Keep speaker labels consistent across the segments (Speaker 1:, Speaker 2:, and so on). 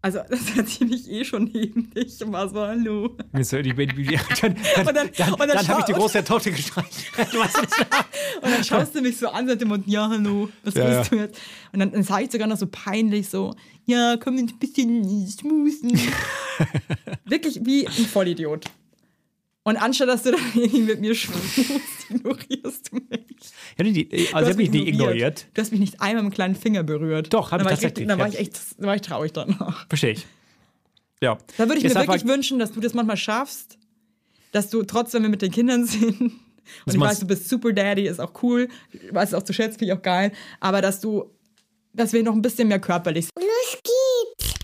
Speaker 1: Also, das hat sie nicht eh schon neben dich und war so, hallo.
Speaker 2: Jetzt hör die Baby dann, dann,
Speaker 1: Und
Speaker 2: dann,
Speaker 1: dann-
Speaker 2: dann,
Speaker 1: und dann schau-
Speaker 2: habe ich die große Tochter gestreichelt. Du weißt nicht.
Speaker 1: Und dann schaust du mich so an, sagt dem Mund, ja, hallo, was
Speaker 2: Ja,
Speaker 1: willst du jetzt? Und dann, dann sage ich sogar noch so peinlich so, ja, komm ein bisschen smoothen. Wirklich wie ein Vollidiot. Und anstatt, dass du dann irgendwie mit mir schmusst, ignorierst du mich.
Speaker 2: Ja, die- die,
Speaker 1: Du
Speaker 2: also sie
Speaker 1: hast
Speaker 2: hat mich nicht
Speaker 1: ignoriert.
Speaker 2: ignoriert.
Speaker 1: Du hast mich nicht einmal mit dem kleinen Finger berührt.
Speaker 2: Doch,
Speaker 1: Dann
Speaker 2: hab ich
Speaker 1: war richtig-
Speaker 2: tatsächlich,
Speaker 1: Dann war
Speaker 2: ja.
Speaker 1: ich echt dann war ich traurig danach.
Speaker 2: Verstehe ich. Ja.
Speaker 1: Da würde ich
Speaker 2: Jetzt
Speaker 1: mir
Speaker 2: sag mal-
Speaker 1: wirklich wünschen, dass du das manchmal schaffst, dass du trotz, wenn wir mit den Kindern sind, und ich
Speaker 2: machst-
Speaker 1: weiß, du bist Super Daddy, ist auch cool, ich weiß es auch zu schätzen, finde ich auch geil, aber dass du, dass wir noch ein bisschen mehr körperlich sind.
Speaker 3: Los geht's!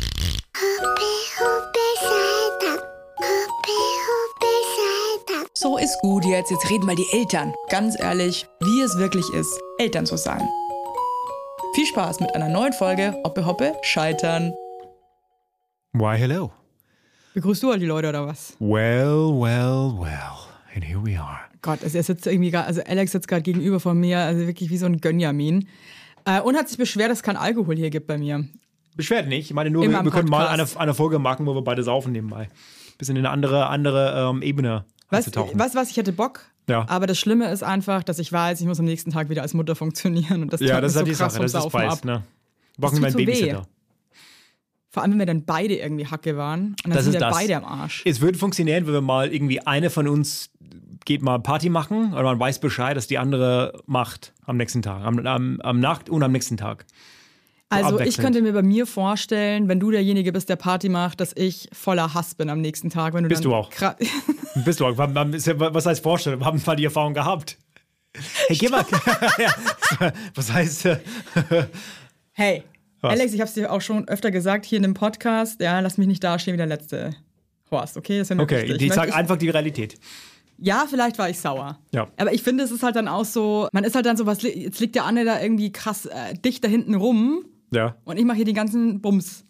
Speaker 3: Hoppe, hoppe, Salda. Hoppe, hoppe, Salda.
Speaker 4: So ist gut jetzt, jetzt reden mal die Eltern. Ganz ehrlich, wie es wirklich ist, Eltern zu sein. Viel Spaß mit einer neuen Folge Hoppe Hoppe Scheitern.
Speaker 2: Why hello?
Speaker 1: Begrüßt du halt die Leute oder was?
Speaker 2: Well, well, well. And here we are.
Speaker 1: Gott, also er sitzt irgendwie, gar- also Alex sitzt gerade gegenüber von mir, also wirklich wie so ein Gönjamin. Äh, und hat sich beschwert, dass es keinen Alkohol hier gibt bei mir.
Speaker 2: Beschwert nicht. Ich meine nur,
Speaker 1: Immer
Speaker 2: wir,
Speaker 1: am
Speaker 2: wir können mal eine,
Speaker 1: Podcast.
Speaker 2: eine Folge machen, wo wir beide saufen nebenbei. Bisschen in eine andere, andere ähm, Ebene
Speaker 1: Weißt du,
Speaker 2: einzutauchen.
Speaker 1: weißt du was? Ich hätte Bock.
Speaker 2: Ja.
Speaker 1: Aber das Schlimme ist einfach, dass ich weiß, ich muss am nächsten Tag wieder als Mutter funktionieren. Und das
Speaker 2: Ja,
Speaker 1: tut
Speaker 2: das ist
Speaker 1: mir
Speaker 2: halt die
Speaker 1: so krass
Speaker 2: Sache. Das
Speaker 1: vom
Speaker 2: ist
Speaker 1: Saufen
Speaker 2: weiß,
Speaker 1: ab.
Speaker 2: ne? Brauchen
Speaker 1: Das
Speaker 2: wir
Speaker 1: tut
Speaker 2: einen
Speaker 1: so weh.
Speaker 2: Babysitter.
Speaker 1: Vor allem, wenn wir dann beide irgendwie Hacke waren. Und dann
Speaker 2: Das
Speaker 1: sind wir
Speaker 2: ist das.
Speaker 1: beide am Arsch.
Speaker 2: Es würde funktionieren, wenn wir mal irgendwie eine von uns geht mal Party machen und man weiß Bescheid, dass die andere macht am nächsten Tag, am, am, am Nacht und am nächsten Tag.
Speaker 1: Also ich
Speaker 2: abwechselnd.
Speaker 1: könnte mir bei mir vorstellen, wenn du derjenige bist, der Party macht, dass ich voller Hass bin am nächsten Tag. Wenn du
Speaker 2: Bist
Speaker 1: dann
Speaker 2: du auch.
Speaker 1: kra-
Speaker 2: Bist du, auch- wir haben- ist ja- was heißt vorstellen? Wir haben mal die Erfahrung gehabt. Hey, geh mal. ja. Was heißt, äh,
Speaker 1: hey,
Speaker 2: Was?
Speaker 1: Alex, ich habe es dir auch schon öfter gesagt hier in dem Podcast. Ja, lass mich nicht dastehen wie der letzte Horst, okay? Das wäre mir
Speaker 2: okay,
Speaker 1: wichtig.
Speaker 2: ich
Speaker 1: möchte-
Speaker 2: sage einfach die Realität.
Speaker 1: Ja, vielleicht war ich sauer.
Speaker 2: Ja.
Speaker 1: Aber ich finde, es ist halt dann auch so, man ist halt dann so, was, li- jetzt liegt der Anne da irgendwie krass äh, dicht da hinten rum
Speaker 2: Ja,
Speaker 1: und ich mache hier den ganzen Bums.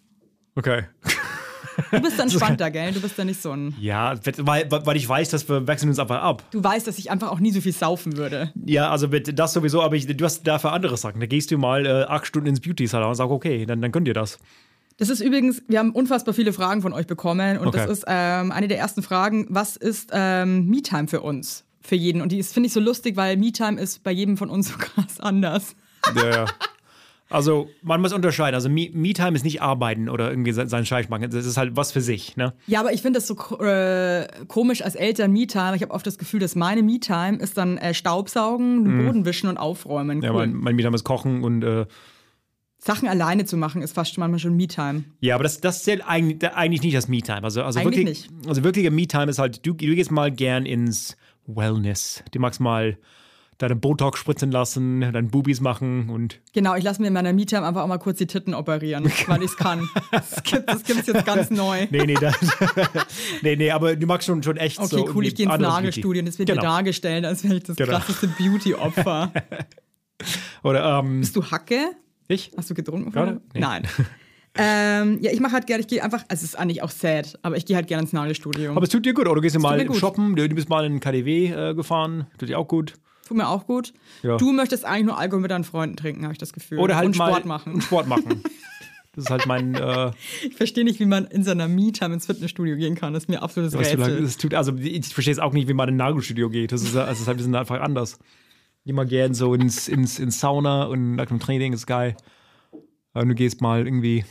Speaker 2: okay.
Speaker 1: Du bist dann entspannter, gell? Du bist dann nicht so ein.
Speaker 2: Ja, weil, weil ich weiß, dass wir wechseln uns einfach ab.
Speaker 1: Du weißt, dass ich einfach auch nie so viel saufen würde.
Speaker 2: Ja, also bitte, das sowieso, aber ich, du hast dafür andere Sachen. Da gehst du mal äh, acht Stunden ins Beauty-Salon und sagst, okay, dann, dann könnt ihr das.
Speaker 1: Das ist übrigens, wir haben unfassbar viele Fragen von euch bekommen und
Speaker 2: Okay.
Speaker 1: das ist ähm, eine der ersten Fragen, was ist ähm, Me-Time für uns? Für jeden. Und die ist, finde ich, so lustig, weil Me-Time ist bei jedem von uns so krass anders.
Speaker 2: Ja, ja. Also man muss unterscheiden. Also Me- Me-Time ist nicht arbeiten oder irgendwie se- seinen Scheiß machen. Das ist halt was für sich. Ne?
Speaker 1: Ja, aber ich finde das so ko- äh, komisch als Eltern Me-Time. Ich habe oft das Gefühl, dass meine Me-Time ist dann äh, Staubsaugen, den Boden wischen und aufräumen.
Speaker 2: Mhm. Ja,
Speaker 1: Cool.
Speaker 2: mein, mein Me-Time ist Kochen und äh,
Speaker 1: Sachen alleine zu machen ist fast schon manchmal schon Me-Time.
Speaker 2: ja, aber das, das zählt eigentlich, da- eigentlich nicht als Me-Time. Also, also
Speaker 1: Eigentlich
Speaker 2: wirklich, also wirkliche Me-Time ist halt, du, du gehst mal gern ins Wellness. Du magst mal deine Botox spritzen lassen, deine Boobies machen und
Speaker 1: Genau, ich lasse mir in meiner Me-Time einfach auch mal kurz die Titten operieren, weil ich es kann. Das gibt es jetzt ganz neu.
Speaker 2: nee, nee, das, nee, nee, aber du magst schon schon echt so
Speaker 1: Okay, cool, ich
Speaker 2: irgendwie
Speaker 1: gehe ins
Speaker 2: anderes
Speaker 1: Nagelstudio und
Speaker 2: Beauty.
Speaker 1: das wird mir
Speaker 2: genau.
Speaker 1: dargestellt, als wäre ich das
Speaker 2: Genau.
Speaker 1: krasseste Beauty-Opfer.
Speaker 2: Oder ähm,
Speaker 1: Bist du Hacke?
Speaker 2: ich?
Speaker 1: Hast du getrunken?
Speaker 2: Gerade?
Speaker 1: vorher?
Speaker 2: Nee.
Speaker 1: Nein. ähm, ja, ich mache halt gerne, ich gehe einfach, also es ist eigentlich auch sad, aber ich gehe halt gerne ins Nagelstudio.
Speaker 2: Aber es tut dir gut, oder du gehst ja
Speaker 1: mir
Speaker 2: mal
Speaker 1: gut.
Speaker 2: shoppen, du du bist mal in KDW äh, gefahren, tut dir auch gut.
Speaker 1: Tut mir auch gut.
Speaker 2: Ja.
Speaker 1: Du möchtest eigentlich nur Alkohol mit deinen Freunden trinken, habe ich das Gefühl.
Speaker 2: Oder halt
Speaker 1: Hm. und
Speaker 2: mal
Speaker 1: Sport machen.
Speaker 2: Und Sport machen. Das ist halt mein. Äh,
Speaker 1: Ich verstehe nicht, wie man in seiner Me-Time ins Fitnessstudio gehen kann. Das ist mir absolutes
Speaker 2: was du,
Speaker 1: Rätsel.
Speaker 2: das tut, also ich verstehe es auch nicht, wie man in ein Nagelstudio geht. Das ist, äh, also, das ist halt ein bisschen einfach anders. Geh mal gern so ins, ins, ins Sauna und nach dem Training ist geil. Äh, Und du gehst mal irgendwie in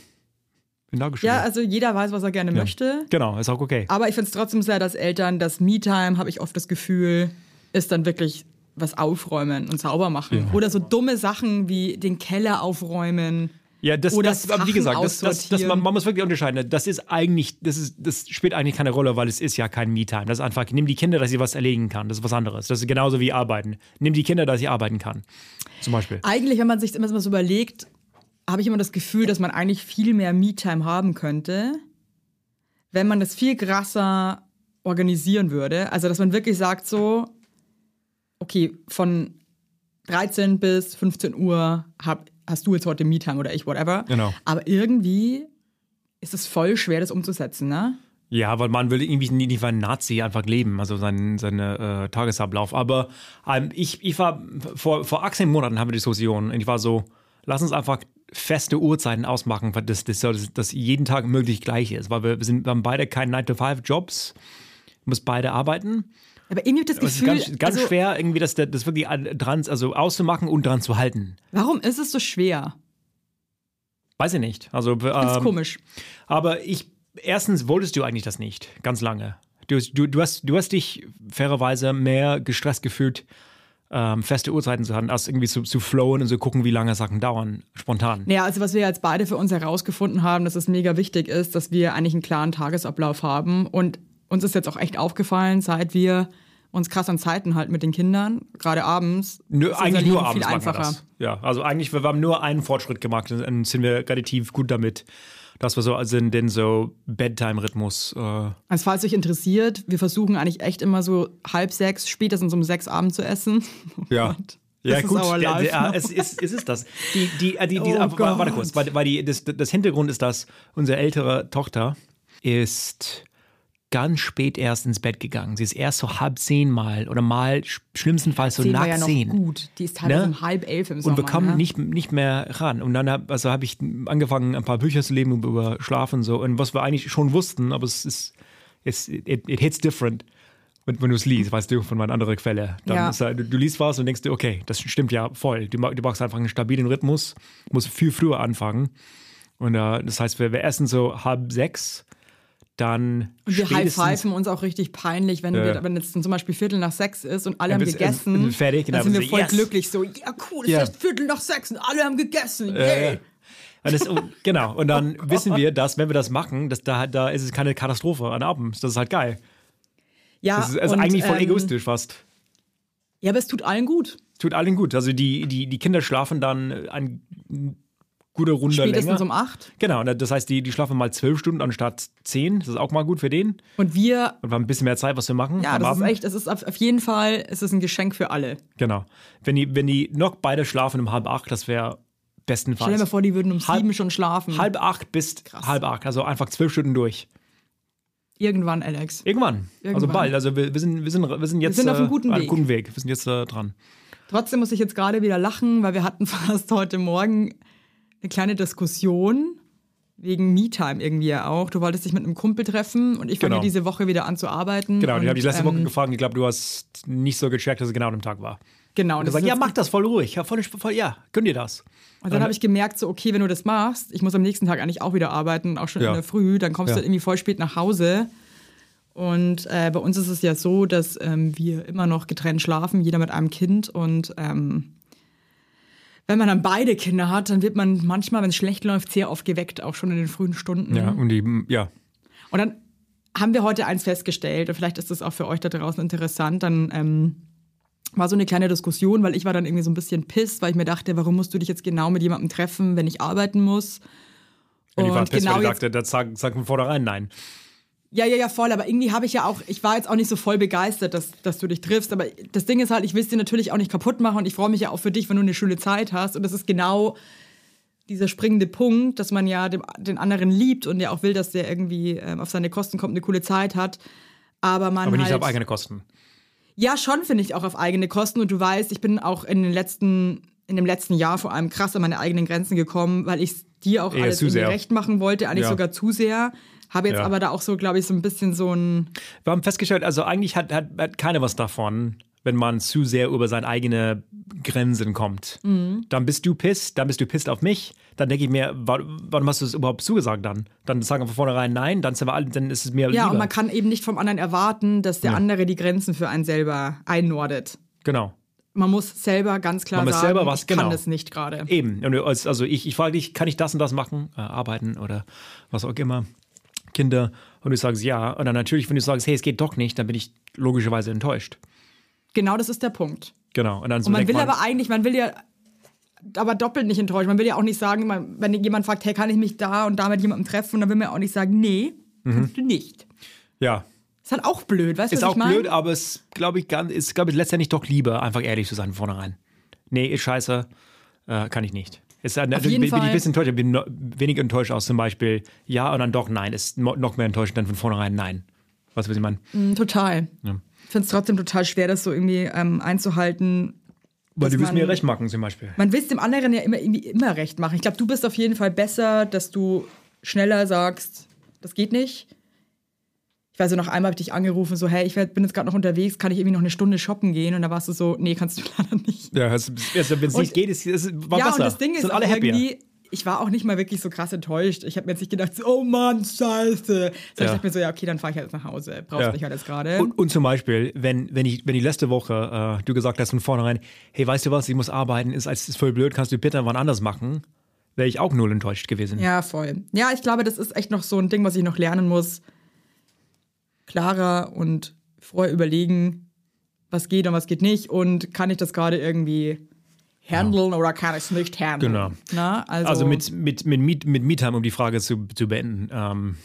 Speaker 2: ein Nagelstudio.
Speaker 1: Ja, also jeder weiß, was er gerne möchte.
Speaker 2: genau, ist auch okay.
Speaker 1: Aber ich finde es trotzdem sehr, dass Eltern das Me-Time, habe ich oft das Gefühl, ist dann wirklich was aufräumen und sauber machen. Oder so dumme Sachen wie den Keller aufräumen.
Speaker 2: Ja, das,
Speaker 1: Oder
Speaker 2: das aber wie
Speaker 1: Sachen
Speaker 2: gesagt, das, das, das, man, man muss wirklich unterscheiden. Das ist eigentlich, das ist, das spielt eigentlich keine Rolle, weil es ist ja kein Me-Time. Das ist einfach, nimm die Kinder, dass sie was erledigen kann. Das ist was anderes. Das ist genauso wie arbeiten. Nimm die Kinder, dass sie arbeiten kann. Zum Beispiel.
Speaker 1: Eigentlich, wenn man sich immer so überlegt, habe ich immer das Gefühl, dass man eigentlich viel mehr Me-Time haben könnte, wenn man das viel krasser organisieren würde. Also, dass man wirklich sagt so, okay, von 13 bis 15 Uhr hab, hast du jetzt heute Me-Time oder ich, whatever.
Speaker 2: Genau.
Speaker 1: Aber irgendwie ist es voll schwer, das umzusetzen, ne?
Speaker 2: Ja, weil man will irgendwie nie- nicht wie ein Nazi einfach leben, also seinen seine, äh, Tagesablauf. Aber ähm, ich, ich war vor, vor 18 Monaten haben wir Diskussionen und ich war so, lass uns einfach feste Uhrzeiten ausmachen, weil das, das, das, das jeden Tag möglich gleich ist, weil wir, wir, sind, wir haben beide keinen 9-to-5-Jobs, muss beide arbeiten.
Speaker 1: Aber irgendwie habe ich das
Speaker 2: Es ist
Speaker 1: Gefühl,
Speaker 2: ganz, ganz
Speaker 1: also,
Speaker 2: schwer, irgendwie das, das wirklich an- dran, also auszumachen und dran zu halten.
Speaker 1: warum ist es so schwer?
Speaker 2: Weiß ich nicht. Also,
Speaker 1: Ganz
Speaker 2: ähm,
Speaker 1: komisch.
Speaker 2: Aber ich, erstens wolltest du eigentlich das nicht, ganz lange. Du, du, du, hast, du hast dich fairerweise mehr gestresst gefühlt, ähm, feste Uhrzeiten zu haben, als irgendwie zu, zu flowen und zu gucken, wie lange Sachen dauern, spontan.
Speaker 1: Naja, also was wir jetzt beide für uns herausgefunden haben, dass es mega wichtig ist, dass wir eigentlich einen klaren Tagesablauf haben. Und uns ist jetzt auch echt aufgefallen, seit wir uns krass an Zeiten halten mit den Kindern, gerade abends.
Speaker 2: Nö,
Speaker 1: ist unser
Speaker 2: eigentlich
Speaker 1: Leben
Speaker 2: nur abends machen wir das. Ja, also eigentlich, wir haben nur einen Fortschritt gemacht und- und sind wir relativ gut damit, dass wir so also in den so Bedtime-Rhythmus. Äh,
Speaker 1: Also falls euch interessiert, wir versuchen eigentlich echt immer so halb sechs, spätestens um sechs Abend zu essen.
Speaker 2: Ja.
Speaker 1: Oh Das
Speaker 2: Ja,
Speaker 1: ist
Speaker 2: gut,
Speaker 1: our
Speaker 2: ja,
Speaker 1: life
Speaker 2: ja,
Speaker 1: now.
Speaker 2: es, ist, es ist das. Die, die, äh, die, die,
Speaker 1: Oh
Speaker 2: aber warte, warte
Speaker 1: Gott.
Speaker 2: kurz, weil, weil die, das, das Hintergrund ist, dass unsere ältere Tochter ist ganz spät erst ins Bett gegangen. Sie ist erst so halb zehn mal oder mal sch- schlimmstenfalls so
Speaker 1: Sehen wir
Speaker 2: nackt
Speaker 1: ja noch
Speaker 2: zehn.
Speaker 1: gut. Die ist teilweise
Speaker 2: Ne?
Speaker 1: um halb elf im Sommer.
Speaker 2: Und wir kommen
Speaker 1: ne?
Speaker 2: nicht, nicht mehr ran. Und dann habe also hab ich angefangen, ein paar Bücher zu lesen über Schlaf und so. Und was wir eigentlich schon wussten, aber es ist, es, it, it hits different, wenn, wenn du es liest, weißt du, von einer anderen Quelle. Dann
Speaker 1: Ja.
Speaker 2: ist halt, du, du liest was und denkst dir, okay, das stimmt ja voll. Du, ma- du brauchst einfach einen stabilen Rhythmus, musst viel früher anfangen. Und äh, das heißt, wir, wir essen so halb sechs, dann
Speaker 1: Und wir
Speaker 2: spätestens-
Speaker 1: high-fiven uns auch richtig peinlich, wenn,
Speaker 2: Ja.
Speaker 1: wir, wenn jetzt zum Beispiel Viertel nach sechs ist und alle
Speaker 2: Ja,
Speaker 1: haben
Speaker 2: bis-
Speaker 1: gegessen.
Speaker 2: äh, fertig,
Speaker 1: dann
Speaker 2: genau,
Speaker 1: sind wir
Speaker 2: so,
Speaker 1: voll
Speaker 2: yes.
Speaker 1: glücklich. So, ja cool, es
Speaker 2: Ja.
Speaker 1: ist Viertel nach sechs und alle haben gegessen.
Speaker 2: Ja,
Speaker 1: Yay.
Speaker 2: ja. Äh, Und das, oh, genau, und dann wissen wir, dass wenn wir das machen, dass da, da ist es keine Katastrophe an Abends. Das ist halt geil.
Speaker 1: Ja,
Speaker 2: Das ist, also
Speaker 1: und,
Speaker 2: eigentlich voll
Speaker 1: ähm,
Speaker 2: egoistisch fast.
Speaker 1: Ja, aber es tut allen gut.
Speaker 2: Tut allen gut. Also die, die, die Kinder schlafen dann eine gute Runde
Speaker 1: Spätestens
Speaker 2: länger.
Speaker 1: um acht.
Speaker 2: genau, und das heißt, die, die schlafen mal zwölf Stunden anstatt zehn. Das ist auch mal gut für den.
Speaker 1: Und wir,
Speaker 2: Und wir haben ein bisschen mehr Zeit, was wir machen.
Speaker 1: ja,
Speaker 2: am
Speaker 1: das ist
Speaker 2: Abend.
Speaker 1: echt, es ist auf, auf jeden Fall, es ist ein Geschenk für alle.
Speaker 2: Genau. Wenn die, wenn die noch beide schlafen um halb acht, das
Speaker 1: Stell
Speaker 2: wäre
Speaker 1: dir mal
Speaker 2: bestenfalls.
Speaker 1: vor, die würden um
Speaker 2: Halb-
Speaker 1: sieben schon schlafen.
Speaker 2: Halb acht bis halb acht. Also einfach zwölf Stunden durch.
Speaker 1: Irgendwann, Alex.
Speaker 2: Irgendwann. Also
Speaker 1: Irgendwann.
Speaker 2: bald. Also wir, wir, sind, wir, sind, wir sind jetzt äh,
Speaker 1: sind auf einem guten Weg.
Speaker 2: guten Weg. Wir sind jetzt äh, dran.
Speaker 1: Trotzdem muss ich jetzt gerade wieder lachen, weil wir hatten fast heute Morgen eine kleine Diskussion wegen Me-Time irgendwie ja auch. Du wolltest dich mit einem Kumpel treffen und ich fange
Speaker 2: Genau.
Speaker 1: diese Woche wieder an zu arbeiten.
Speaker 2: Genau,
Speaker 1: und,
Speaker 2: ich habe dich letzte Woche
Speaker 1: ähm,
Speaker 2: gefragt. Ich glaube, du hast nicht so gecheckt, dass es genau an dem Tag war.
Speaker 1: Genau,
Speaker 2: Und
Speaker 1: und,
Speaker 2: er
Speaker 1: das
Speaker 2: sagt,
Speaker 1: ist
Speaker 2: ja,
Speaker 1: jetzt-
Speaker 2: mach das voll ruhig. Ja, voll, voll, ja, gönn dir das.
Speaker 1: und dann habe ich gemerkt, so, okay, wenn du das machst, ich muss am nächsten Tag eigentlich auch wieder arbeiten, auch schon
Speaker 2: Ja.
Speaker 1: in der Früh, dann kommst
Speaker 2: Ja.
Speaker 1: du irgendwie voll spät nach Hause. Und äh, bei uns ist es ja so, dass ähm, wir immer noch getrennt schlafen, jeder mit einem Kind. Und ähm, wenn man dann beide Kinder hat, dann wird man manchmal, wenn es schlecht läuft, sehr oft geweckt, auch schon in den frühen Stunden.
Speaker 2: Ja, und die, ja.
Speaker 1: Und dann haben wir heute eins festgestellt, und vielleicht ist das auch für euch da draußen interessant, dann ähm, war so eine kleine Diskussion, weil ich war dann irgendwie so ein bisschen pisst, weil ich mir dachte, warum musst du dich jetzt genau mit jemandem treffen, wenn ich arbeiten muss?
Speaker 2: Und die war
Speaker 1: Und
Speaker 2: piss, weil
Speaker 1: genau
Speaker 2: die
Speaker 1: jetzt,
Speaker 2: sagte, das sagt, sagt von vornherein nein.
Speaker 1: ja, ja, ja, voll, aber irgendwie habe ich ja auch, ich war jetzt auch nicht so voll begeistert, dass, dass du dich triffst, aber das Ding ist halt, ich will es dir natürlich auch nicht kaputt machen und ich freue mich ja auch für dich, wenn du eine schöne Zeit hast und das ist genau dieser springende Punkt, dass man ja dem, den anderen liebt und ja auch will, dass der irgendwie ähm, auf seine Kosten kommt, eine coole Zeit hat, aber man
Speaker 2: Aber nicht
Speaker 1: halt,
Speaker 2: auf eigene Kosten.
Speaker 1: ja, schon finde ich auch auf eigene Kosten. Und du weißt, ich bin auch in den letzten, in dem letzten Jahr vor allem krass an meine eigenen Grenzen gekommen, weil ich dir auch
Speaker 2: Eher
Speaker 1: alles
Speaker 2: zu
Speaker 1: irgendwie
Speaker 2: sehr.
Speaker 1: recht machen wollte, eigentlich
Speaker 2: Ja.
Speaker 1: sogar zu sehr. Habe jetzt
Speaker 2: Ja.
Speaker 1: aber da auch so, glaube ich, so ein bisschen so ein.
Speaker 2: Wir haben festgestellt, also eigentlich hat, hat, hat keiner was davon, wenn man zu sehr über seine eigene Grenzen kommt.
Speaker 1: Mhm.
Speaker 2: Dann bist du pisst, dann bist du pisst auf mich. Dann denke ich mir, wa- warum hast du es überhaupt zugesagt dann? Dann sagen wir von vornherein nein, dann, sind wir alle, dann ist es mir
Speaker 1: Ja,
Speaker 2: lieber.
Speaker 1: und man kann eben nicht vom anderen erwarten, dass der andere die Grenzen für einen selber einnordet.
Speaker 2: genau.
Speaker 1: Man muss selber ganz klar
Speaker 2: Man muss
Speaker 1: sagen,
Speaker 2: selber was-
Speaker 1: ich
Speaker 2: genau.
Speaker 1: kann das nicht gerade.
Speaker 2: Eben. Und du- als- also ich, ich frage dich, kann ich das und das machen? Äh, arbeiten oder was auch immer. Kinder. Und du sagst ja. Und dann natürlich, wenn du sagst, hey, es geht doch nicht, dann bin ich logischerweise enttäuscht.
Speaker 1: Genau das ist der Punkt.
Speaker 2: Genau. Und dann so
Speaker 1: Und man
Speaker 2: denkt
Speaker 1: will
Speaker 2: man,
Speaker 1: aber eigentlich, man will ja aber doppelt nicht enttäuschen. Man will ja auch nicht sagen, man, wenn jemand fragt, hey, kann ich mich da und da mit jemandem treffen, dann will man ja auch nicht sagen, nee, kannst du nicht.
Speaker 2: ja.
Speaker 1: Ist halt auch blöd, weißt du,
Speaker 2: Mhm.
Speaker 1: was
Speaker 2: Ist auch
Speaker 1: ich meine?
Speaker 2: blöd, aber es glaube ich, ganz, ist, glaube ich, letztendlich doch lieber, einfach ehrlich zu sein von vornherein. Nee, ist scheiße, äh, kann ich nicht. Ist, äh, bin,
Speaker 1: jeden
Speaker 2: bin ich ein
Speaker 1: Fall.
Speaker 2: bisschen enttäuscht, bin no, wenig enttäuscht aus zum Beispiel, ja und dann doch nein, ist mo- noch mehr enttäuschend dann von vornherein nein. Weißt du, was ich
Speaker 1: Mhm.
Speaker 2: meine?
Speaker 1: Mm, Total. Ich finde es trotzdem total schwer, das so irgendwie ähm, einzuhalten,
Speaker 2: Weil du
Speaker 1: dass
Speaker 2: willst mir
Speaker 1: man-
Speaker 2: recht machen zum Beispiel.
Speaker 1: Man will es dem anderen ja immer, irgendwie immer recht machen. Ich glaube, du bist auf jeden Fall besser, dass du schneller sagst, das geht nicht. Ich weiß, so noch einmal habe ich dich angerufen, so, hey, ich werd- bin jetzt gerade noch unterwegs, kann ich irgendwie noch eine Stunde shoppen gehen? Und da warst du so, nee, kannst du leider nicht.
Speaker 2: Ja, also, wenn es
Speaker 1: Und-
Speaker 2: nicht geht, ist, ist, war
Speaker 1: ja,
Speaker 2: besser.
Speaker 1: und das Ding ist
Speaker 2: Sind
Speaker 1: auch
Speaker 2: alle happy.
Speaker 1: irgendwie, ich war auch nicht mal wirklich so krass enttäuscht. Ich habe mir jetzt nicht gedacht, so, oh Mann, scheiße. Sondern
Speaker 2: Ja.
Speaker 1: ich dachte mir so, ja, okay, dann fahre ich halt nach Hause. Brauchst
Speaker 2: Ja.
Speaker 1: mich halt jetzt gerade.
Speaker 2: Und, und zum Beispiel, wenn, wenn, ich, wenn die letzte Woche äh, du gesagt hast von vornherein, hey, weißt du was, ich muss arbeiten, ist, ist voll blöd, kannst du bitte wann anders machen, wäre ich auch null enttäuscht gewesen.
Speaker 1: Ja, voll. Ja, ich glaube, das ist echt noch so ein Ding, was ich noch lernen muss. Klarer und vorher überlegen, was geht und was geht nicht und kann ich das gerade irgendwie handeln oder kann ich es nicht handeln.
Speaker 2: Genau.
Speaker 1: Na, also,
Speaker 2: Also mit, mit, mit, Meet- mit MeTime, um die Frage zu, zu beenden, ähm,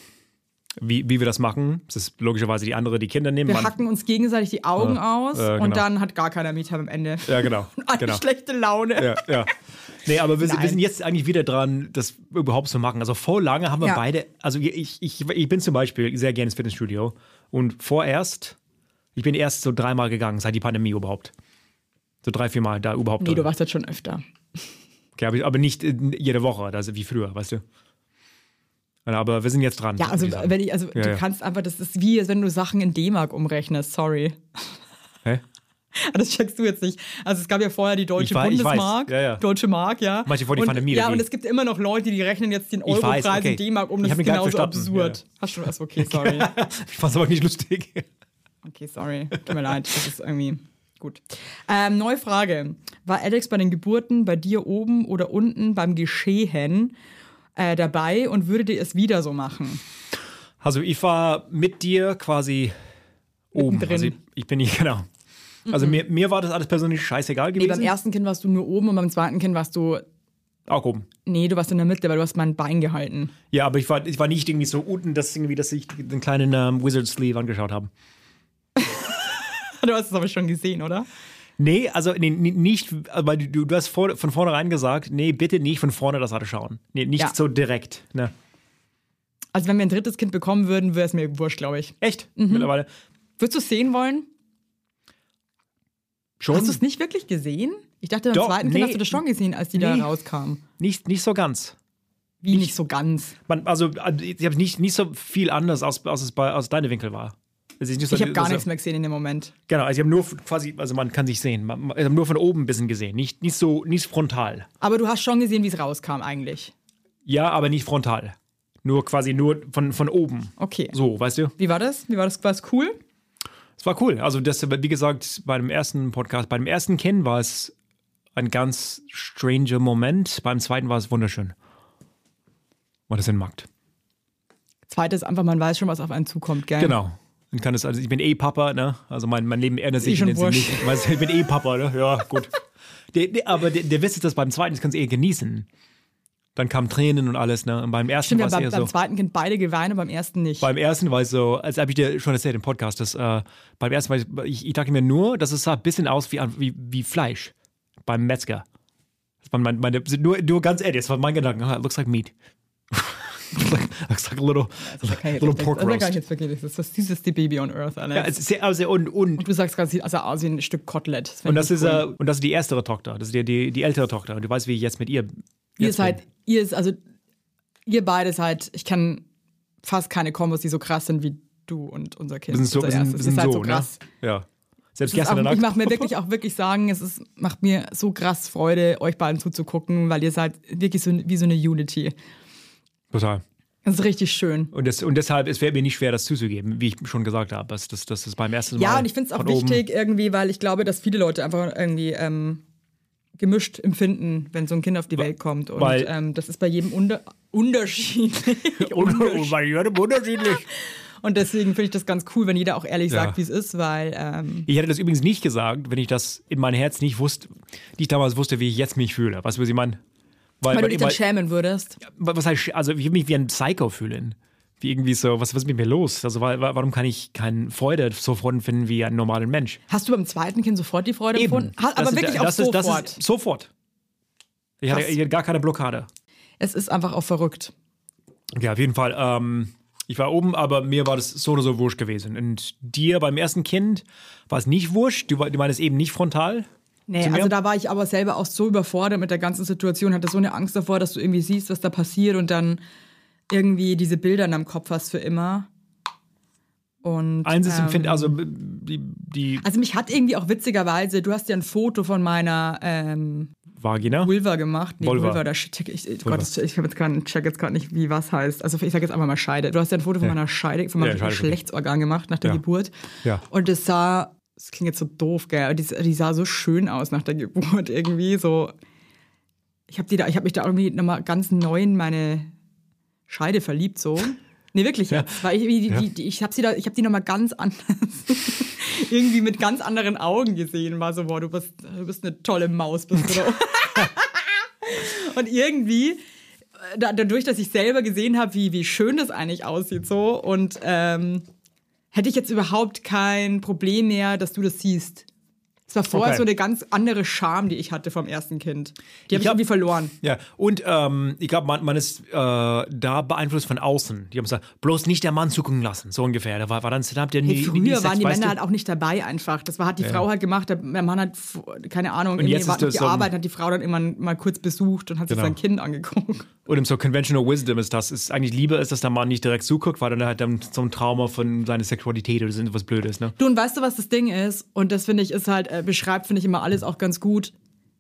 Speaker 2: wie, wie wir das machen, das ist logischerweise die andere, die Kinder nehmen.
Speaker 1: wir
Speaker 2: man-
Speaker 1: hacken uns gegenseitig die Augen aus
Speaker 2: äh, genau.
Speaker 1: und dann hat gar keiner Meetup am Ende.
Speaker 2: ja, genau.
Speaker 1: Alle
Speaker 2: genau.
Speaker 1: schlechte Laune.
Speaker 2: Ja, ja. Nee, aber wir, sind- wir
Speaker 1: Nein.
Speaker 2: sind jetzt eigentlich wieder dran, das überhaupt zu machen. Also vor lange haben wir
Speaker 1: Ja.
Speaker 2: beide, also ich, ich, ich bin zum Beispiel sehr gerne ins Fitnessstudio und vorerst, ich bin erst so dreimal gegangen, seit die Pandemie überhaupt. So drei, viermal da überhaupt.
Speaker 1: Nee, du
Speaker 2: drin.
Speaker 1: warst jetzt schon öfter.
Speaker 2: okay, aber, aber nicht äh, jede Woche, das wie früher, weißt du. Aber wir sind jetzt dran.
Speaker 1: Ja, also
Speaker 2: würde ich sagen.
Speaker 1: wenn ich, also du
Speaker 2: Genau. ja.
Speaker 1: kannst einfach, das ist wie, als wenn du Sachen in D-Mark umrechnest, sorry.
Speaker 2: Hä?
Speaker 1: Das checkst du jetzt nicht. Also es gab ja vorher die deutsche
Speaker 2: Ich wei- ich weiß.
Speaker 1: Bundesmark,
Speaker 2: Ja, ja.
Speaker 1: deutsche Mark, ja.
Speaker 2: Manche vor die
Speaker 1: und,
Speaker 2: Pandemie,
Speaker 1: Ja,
Speaker 2: oder
Speaker 1: und
Speaker 2: wie?
Speaker 1: es gibt immer noch Leute, die rechnen jetzt den
Speaker 2: Ich weiß,
Speaker 1: Europreis in
Speaker 2: okay.
Speaker 1: D-Mark um.
Speaker 2: Ich
Speaker 1: Das
Speaker 2: hab
Speaker 1: ist
Speaker 2: ihn gar nicht
Speaker 1: genauso
Speaker 2: verstanden,
Speaker 1: absurd.
Speaker 2: ja.
Speaker 1: Hast du was? Okay, sorry.
Speaker 2: Ich fand's aber nicht lustig.
Speaker 1: okay, sorry. Tut mir leid. Das ist irgendwie gut. Ähm, neue Frage. War Alex bei den Geburten bei dir oben oder unten beim Geschehen äh, dabei und würdet ihr es wieder so machen?
Speaker 2: Also ich war mit dir quasi
Speaker 1: Mittendrin.
Speaker 2: oben.
Speaker 1: Mhm.
Speaker 2: Also ich, ich bin nicht, genau. Also mir, mir war das alles persönlich scheißegal
Speaker 1: Nee,
Speaker 2: gewesen.
Speaker 1: beim ersten Kind warst du nur oben und beim zweiten Kind warst du,
Speaker 2: Auch oben.
Speaker 1: nee, du warst in der Mitte, weil du hast mein Bein gehalten.
Speaker 2: Ja, aber ich war, ich war nicht irgendwie so unten, dass, irgendwie, dass ich den kleinen ähm, Wizard Sleeve angeschaut habe.
Speaker 1: Du hast es aber schon gesehen, oder?
Speaker 2: Nee, also nee, nee, nicht, aber du, du hast vor, von vornherein gesagt, nee, bitte nicht von vorne das Auto schauen. Nee, nicht
Speaker 1: Ja.
Speaker 2: so direkt. Ne?
Speaker 1: Also wenn wir ein drittes Kind bekommen würden, wäre es mir wurscht, glaube ich.
Speaker 2: Echt?
Speaker 1: Mhm.
Speaker 2: Mittlerweile.
Speaker 1: Würdest du es sehen wollen?
Speaker 2: Schon?
Speaker 1: Hast du es nicht wirklich gesehen? Ich dachte, beim
Speaker 2: Doch,
Speaker 1: zweiten Kind
Speaker 2: nee.
Speaker 1: hast du das schon gesehen, als die
Speaker 2: Nee.
Speaker 1: da rauskam.
Speaker 2: nicht, nicht so ganz.
Speaker 1: Wie nicht so ganz.
Speaker 2: Man, also, äh, ich habe nicht, nicht so viel anders, aus, aus, es bei, aus deinem Winkel war. Es ist nicht so-
Speaker 1: Ich habe gar
Speaker 2: also-
Speaker 1: nichts mehr gesehen in dem Moment.
Speaker 2: Genau, also ich habe nur f- quasi, also man kann sich sehen, man, man- ich habe nur von oben ein bisschen gesehen, nicht, nicht so, nicht frontal.
Speaker 1: Aber du hast schon gesehen, wie es rauskam eigentlich.
Speaker 2: Ja, aber nicht frontal. Nur quasi nur von, von oben.
Speaker 1: Okay.
Speaker 2: So, weißt du?
Speaker 1: Wie war das? Wie war das? War es cool?
Speaker 2: Es war cool. Also das, wie gesagt, bei dem ersten Podcast, bei dem ersten Kennen war es ein ganz stranger Moment, beim zweiten war es wunderschön. War das in Markt.
Speaker 1: Zweites einfach, man weiß schon, was auf einen zukommt, gell?
Speaker 2: Genau. Dann kann es, also ich bin eh Papa, ne? Also mein, mein Leben ändert sich
Speaker 1: schon
Speaker 2: in den
Speaker 1: wurscht.
Speaker 2: nicht. Weißt du, ich bin eh Papa, ne? Ja, gut. der, der, aber der, der Witz ist, dass beim zweiten, das kannst du eh genießen. Dann kamen Tränen und alles, ne? Und beim ersten
Speaker 1: Stimmt, wir
Speaker 2: war
Speaker 1: haben
Speaker 2: es
Speaker 1: beim,
Speaker 2: eher so.
Speaker 1: beim zweiten Kind beide geweint und beim ersten nicht.
Speaker 2: Beim ersten war es so, als habe ich dir schon erzählt im Podcast, dass äh, beim ersten Mal, ich, ich dachte mir nur, dass es sah ein bisschen aus wie, wie, wie Fleisch beim Metzger. Das war mein, meine, nur, nur ganz ehrlich, das war mein Gedanke. Ah, It looks like meat. looks like a little,
Speaker 1: kann ich
Speaker 2: little
Speaker 1: jetzt,
Speaker 2: pork
Speaker 1: das, das kann ich
Speaker 2: roast.
Speaker 1: jetzt wirklich, das ist das süßeste Baby on Earth, Alex.
Speaker 2: Ja, es ist sehr, sehr, und, und
Speaker 1: du sagst gerade, es sieht also aus wie ein Stück Kotelett. Das
Speaker 2: Und
Speaker 1: fänd
Speaker 2: das
Speaker 1: ich
Speaker 2: ist äh, und das ist die erstere Tochter, das ist die, die, die ältere Tochter. Und du weißt, wie ich jetzt mit ihr.
Speaker 1: Ihr
Speaker 2: jetzt
Speaker 1: seid,
Speaker 2: bin.
Speaker 1: ihr ist, also ihr beide seid, ich kann fast keine Kombos, die so krass sind wie du und unser Kind.
Speaker 2: Wir sind so,
Speaker 1: unser
Speaker 2: wir sind,
Speaker 1: erstes.
Speaker 2: wir
Speaker 1: Ihr
Speaker 2: sind
Speaker 1: seid
Speaker 2: so,
Speaker 1: krass.
Speaker 2: ne? Ja. Selbst
Speaker 1: Es ist
Speaker 2: gestern
Speaker 1: auch,
Speaker 2: Nacht.
Speaker 1: ich mache mir wirklich auch wirklich sagen, es ist, macht mir so krass Freude, euch beiden zuzugucken, weil ihr seid wirklich so, wie so eine Unity.
Speaker 2: Total.
Speaker 1: Das ist richtig schön.
Speaker 2: Und, das, und deshalb, es wäre mir nicht schwer, das zuzugeben, wie ich schon gesagt habe. Das, das, das ist beim ersten Mal.
Speaker 1: Ja, und ich finde es auch
Speaker 2: von oben.
Speaker 1: wichtig irgendwie, weil ich glaube, dass viele Leute einfach irgendwie ähm, gemischt empfinden, wenn so ein Kind auf die Welt kommt. Und
Speaker 2: weil-
Speaker 1: ähm, das ist bei jedem unter unterschiedlich.
Speaker 2: Und, und bei jedem unterschiedlich.
Speaker 1: Und deswegen finde ich das ganz cool, wenn jeder auch ehrlich
Speaker 2: Ja.
Speaker 1: sagt, wie es ist, weil ähm,
Speaker 2: Ich hätte das übrigens nicht gesagt, wenn ich das in meinem Herz nicht wusste, nicht damals wusste, wie ich jetzt mich fühle. Weißt du, was ich meine?
Speaker 1: weil, du dich dann schämen würdest.
Speaker 2: was heißt, also ich mich wie ein Psycho fühlen. Wie irgendwie so, was, was ist mit mir los? Also wa- wa- warum kann ich keine Freude so finden wie ein normaler Mensch?
Speaker 1: Hast du beim zweiten Kind sofort die Freude empfunden? Ha, aber
Speaker 2: Das ist-
Speaker 1: wirklich auch
Speaker 2: das
Speaker 1: sofort.
Speaker 2: Ist, das ist sofort. Ich hatte,
Speaker 1: Krass.
Speaker 2: ich hatte gar keine Blockade.
Speaker 1: es ist einfach auch verrückt.
Speaker 2: Ja, auf jeden Fall. Ähm, ich war oben, aber mir war das so oder so wurscht gewesen. Und dir beim ersten Kind war es nicht wurscht. Du, war- du meinst eben nicht frontal.
Speaker 1: Nee,
Speaker 2: Sind
Speaker 1: also
Speaker 2: wir-
Speaker 1: da war ich aber selber auch so überfordert mit der ganzen Situation, hatte so eine Angst davor, dass du irgendwie siehst, was da passiert und dann irgendwie diese Bilder in deinem Kopf hast für immer. Und
Speaker 2: Eins ist,
Speaker 1: ähm,
Speaker 2: empfind- also b- die, die
Speaker 1: Also mich hat irgendwie auch witzigerweise, du hast ja ein Foto von meiner ähm,
Speaker 2: Vagina.
Speaker 1: Vulva gemacht. Nee,
Speaker 2: Vulva.
Speaker 1: Vulva, da check ich, ich, Gott, das- ich hab jetzt grad, check jetzt gerade nicht, wie was heißt. Also ich sage jetzt einfach mal Scheide. Du hast ja ein Foto von meiner Scheide, von meinem
Speaker 2: Ja, Scheide.
Speaker 1: Geschlechtsorgan gemacht nach der
Speaker 2: Ja.
Speaker 1: Geburt.
Speaker 2: Ja.
Speaker 1: Und das sah, das klingt jetzt so doof, gell, aber die, die sah so schön aus nach der Geburt irgendwie. So, ich habe da, ich hab mich da irgendwie nochmal ganz neu in meine Scheide verliebt so. Nee, wirklich jetzt. Weil ich, die, die, die, ich habe sie da, ich habe die nochmal ganz anders, irgendwie mit ganz anderen Augen gesehen. War so, boah, du bist, du bist eine tolle Maus, bist du da. Und irgendwie, äh, da, dadurch, dass ich selber gesehen habe, wie, wie schön das eigentlich aussieht so und ähm, hätte ich jetzt überhaupt kein Problem mehr, dass du das siehst. Es war vorher
Speaker 2: Okay.
Speaker 1: so eine ganz andere Scham, die ich hatte vom ersten Kind. Die habe ich,
Speaker 2: hab-
Speaker 1: irgendwie verloren.
Speaker 2: Ja, und ähm, ich glaube, man, man ist äh, da beeinflusst von außen. Die haben gesagt, bloß nicht der Mann zugucken lassen, so ungefähr. Da war, war dann, da habt ihr nie,
Speaker 1: Hey,
Speaker 2: nie- nie
Speaker 1: früher
Speaker 2: Sex,
Speaker 1: waren die
Speaker 2: weißt
Speaker 1: Männer
Speaker 2: du?
Speaker 1: halt auch nicht dabei einfach. Das war, hat die Frau halt gemacht, der, der Mann hat, f- keine Ahnung, irgendwie
Speaker 2: jetzt ist
Speaker 1: war noch
Speaker 2: das
Speaker 1: die
Speaker 2: so ein-
Speaker 1: Arbeit, hat die Frau dann immer mal kurz besucht und hat
Speaker 2: Genau.
Speaker 1: sich sein Kind angeguckt.
Speaker 2: Und im so Conventional Wisdom ist das, ist eigentlich lieber ist, dass der Mann nicht direkt zuguckt, weil dann hat er so ein Trauma von seiner Sexualität oder so etwas Blödes, ne?
Speaker 1: Du, und weißt du, was das Ding ist? Und das finde ich ist halt, äh, beschreibt, finde ich immer alles auch ganz gut.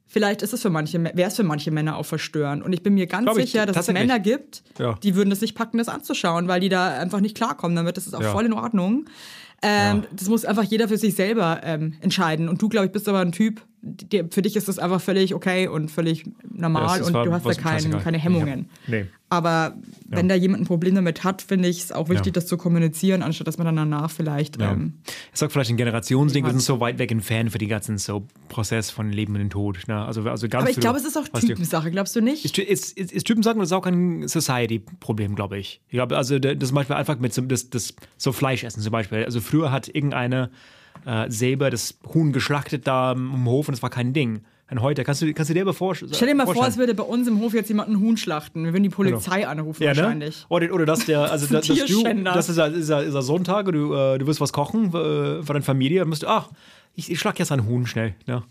Speaker 1: Vielleicht ist es für manche, wäre es für manche Männer auch verstörend. Und ich bin mir ganz
Speaker 2: Glaub ich,
Speaker 1: sicher, dass es
Speaker 2: tatsächlich.
Speaker 1: Männer gibt,
Speaker 2: Ja.
Speaker 1: die würden das nicht packen, das anzuschauen, weil die da einfach nicht klarkommen damit. Das ist auch
Speaker 2: Ja.
Speaker 1: voll in Ordnung. Ähm,
Speaker 2: Ja.
Speaker 1: Das muss einfach jeder für sich selber ähm, entscheiden. Und du, glaube ich, bist aber ein Typ, der, für dich ist das einfach völlig okay und völlig
Speaker 2: Ja,
Speaker 1: normal
Speaker 2: das
Speaker 1: und
Speaker 2: war-
Speaker 1: du hast da
Speaker 2: was-
Speaker 1: kein,
Speaker 2: scheißegal.
Speaker 1: keine Hemmungen.
Speaker 2: Ja. Nee.
Speaker 1: Aber wenn da jemand ein Problem damit hat, finde ich es auch wichtig,
Speaker 2: Ja.
Speaker 1: das zu kommunizieren, anstatt dass man dann danach vielleicht
Speaker 2: Ja.
Speaker 1: ähm,
Speaker 2: Ich sag vielleicht ein Generationsding, wir
Speaker 1: Fall.
Speaker 2: sind so weit weg entfernt für den ganzen so Prozess von Leben und den Tod. Ne? Also, also ganz
Speaker 1: Aber ich
Speaker 2: früh-
Speaker 1: glaube, es ist auch
Speaker 2: weißt du-
Speaker 1: Typensache, glaubst du nicht?
Speaker 2: Ist, ist, ist, ist Typen sagen, das ist auch ein Society-Problem, glaube ich. Ich glaube, also da- das zum Beispiel einfach mit so, das, das, so Fleischessen zum Beispiel. Also früher hat irgendeine äh, selber das Huhn geschlachtet da im Hof und das war kein Ding. Und heute, kannst du, kannst du dir aber vorstellen.
Speaker 1: Stell dir mal vor, es würde bei uns im Hof jetzt jemand einen Huhn schlachten. Wir würden die Polizei anrufen
Speaker 2: Genau. ja, ne?
Speaker 1: wahrscheinlich.
Speaker 2: oder, oder dass der, also
Speaker 1: Das ist ein
Speaker 2: dass, dass du,
Speaker 1: Tierschänder.
Speaker 2: das ist ja ist ja- ist ja Sonntag und du, äh, du wirst was kochen äh, für deine Familie, dann musst du, ach, ich, ich schlag jetzt einen Huhn schnell, ne?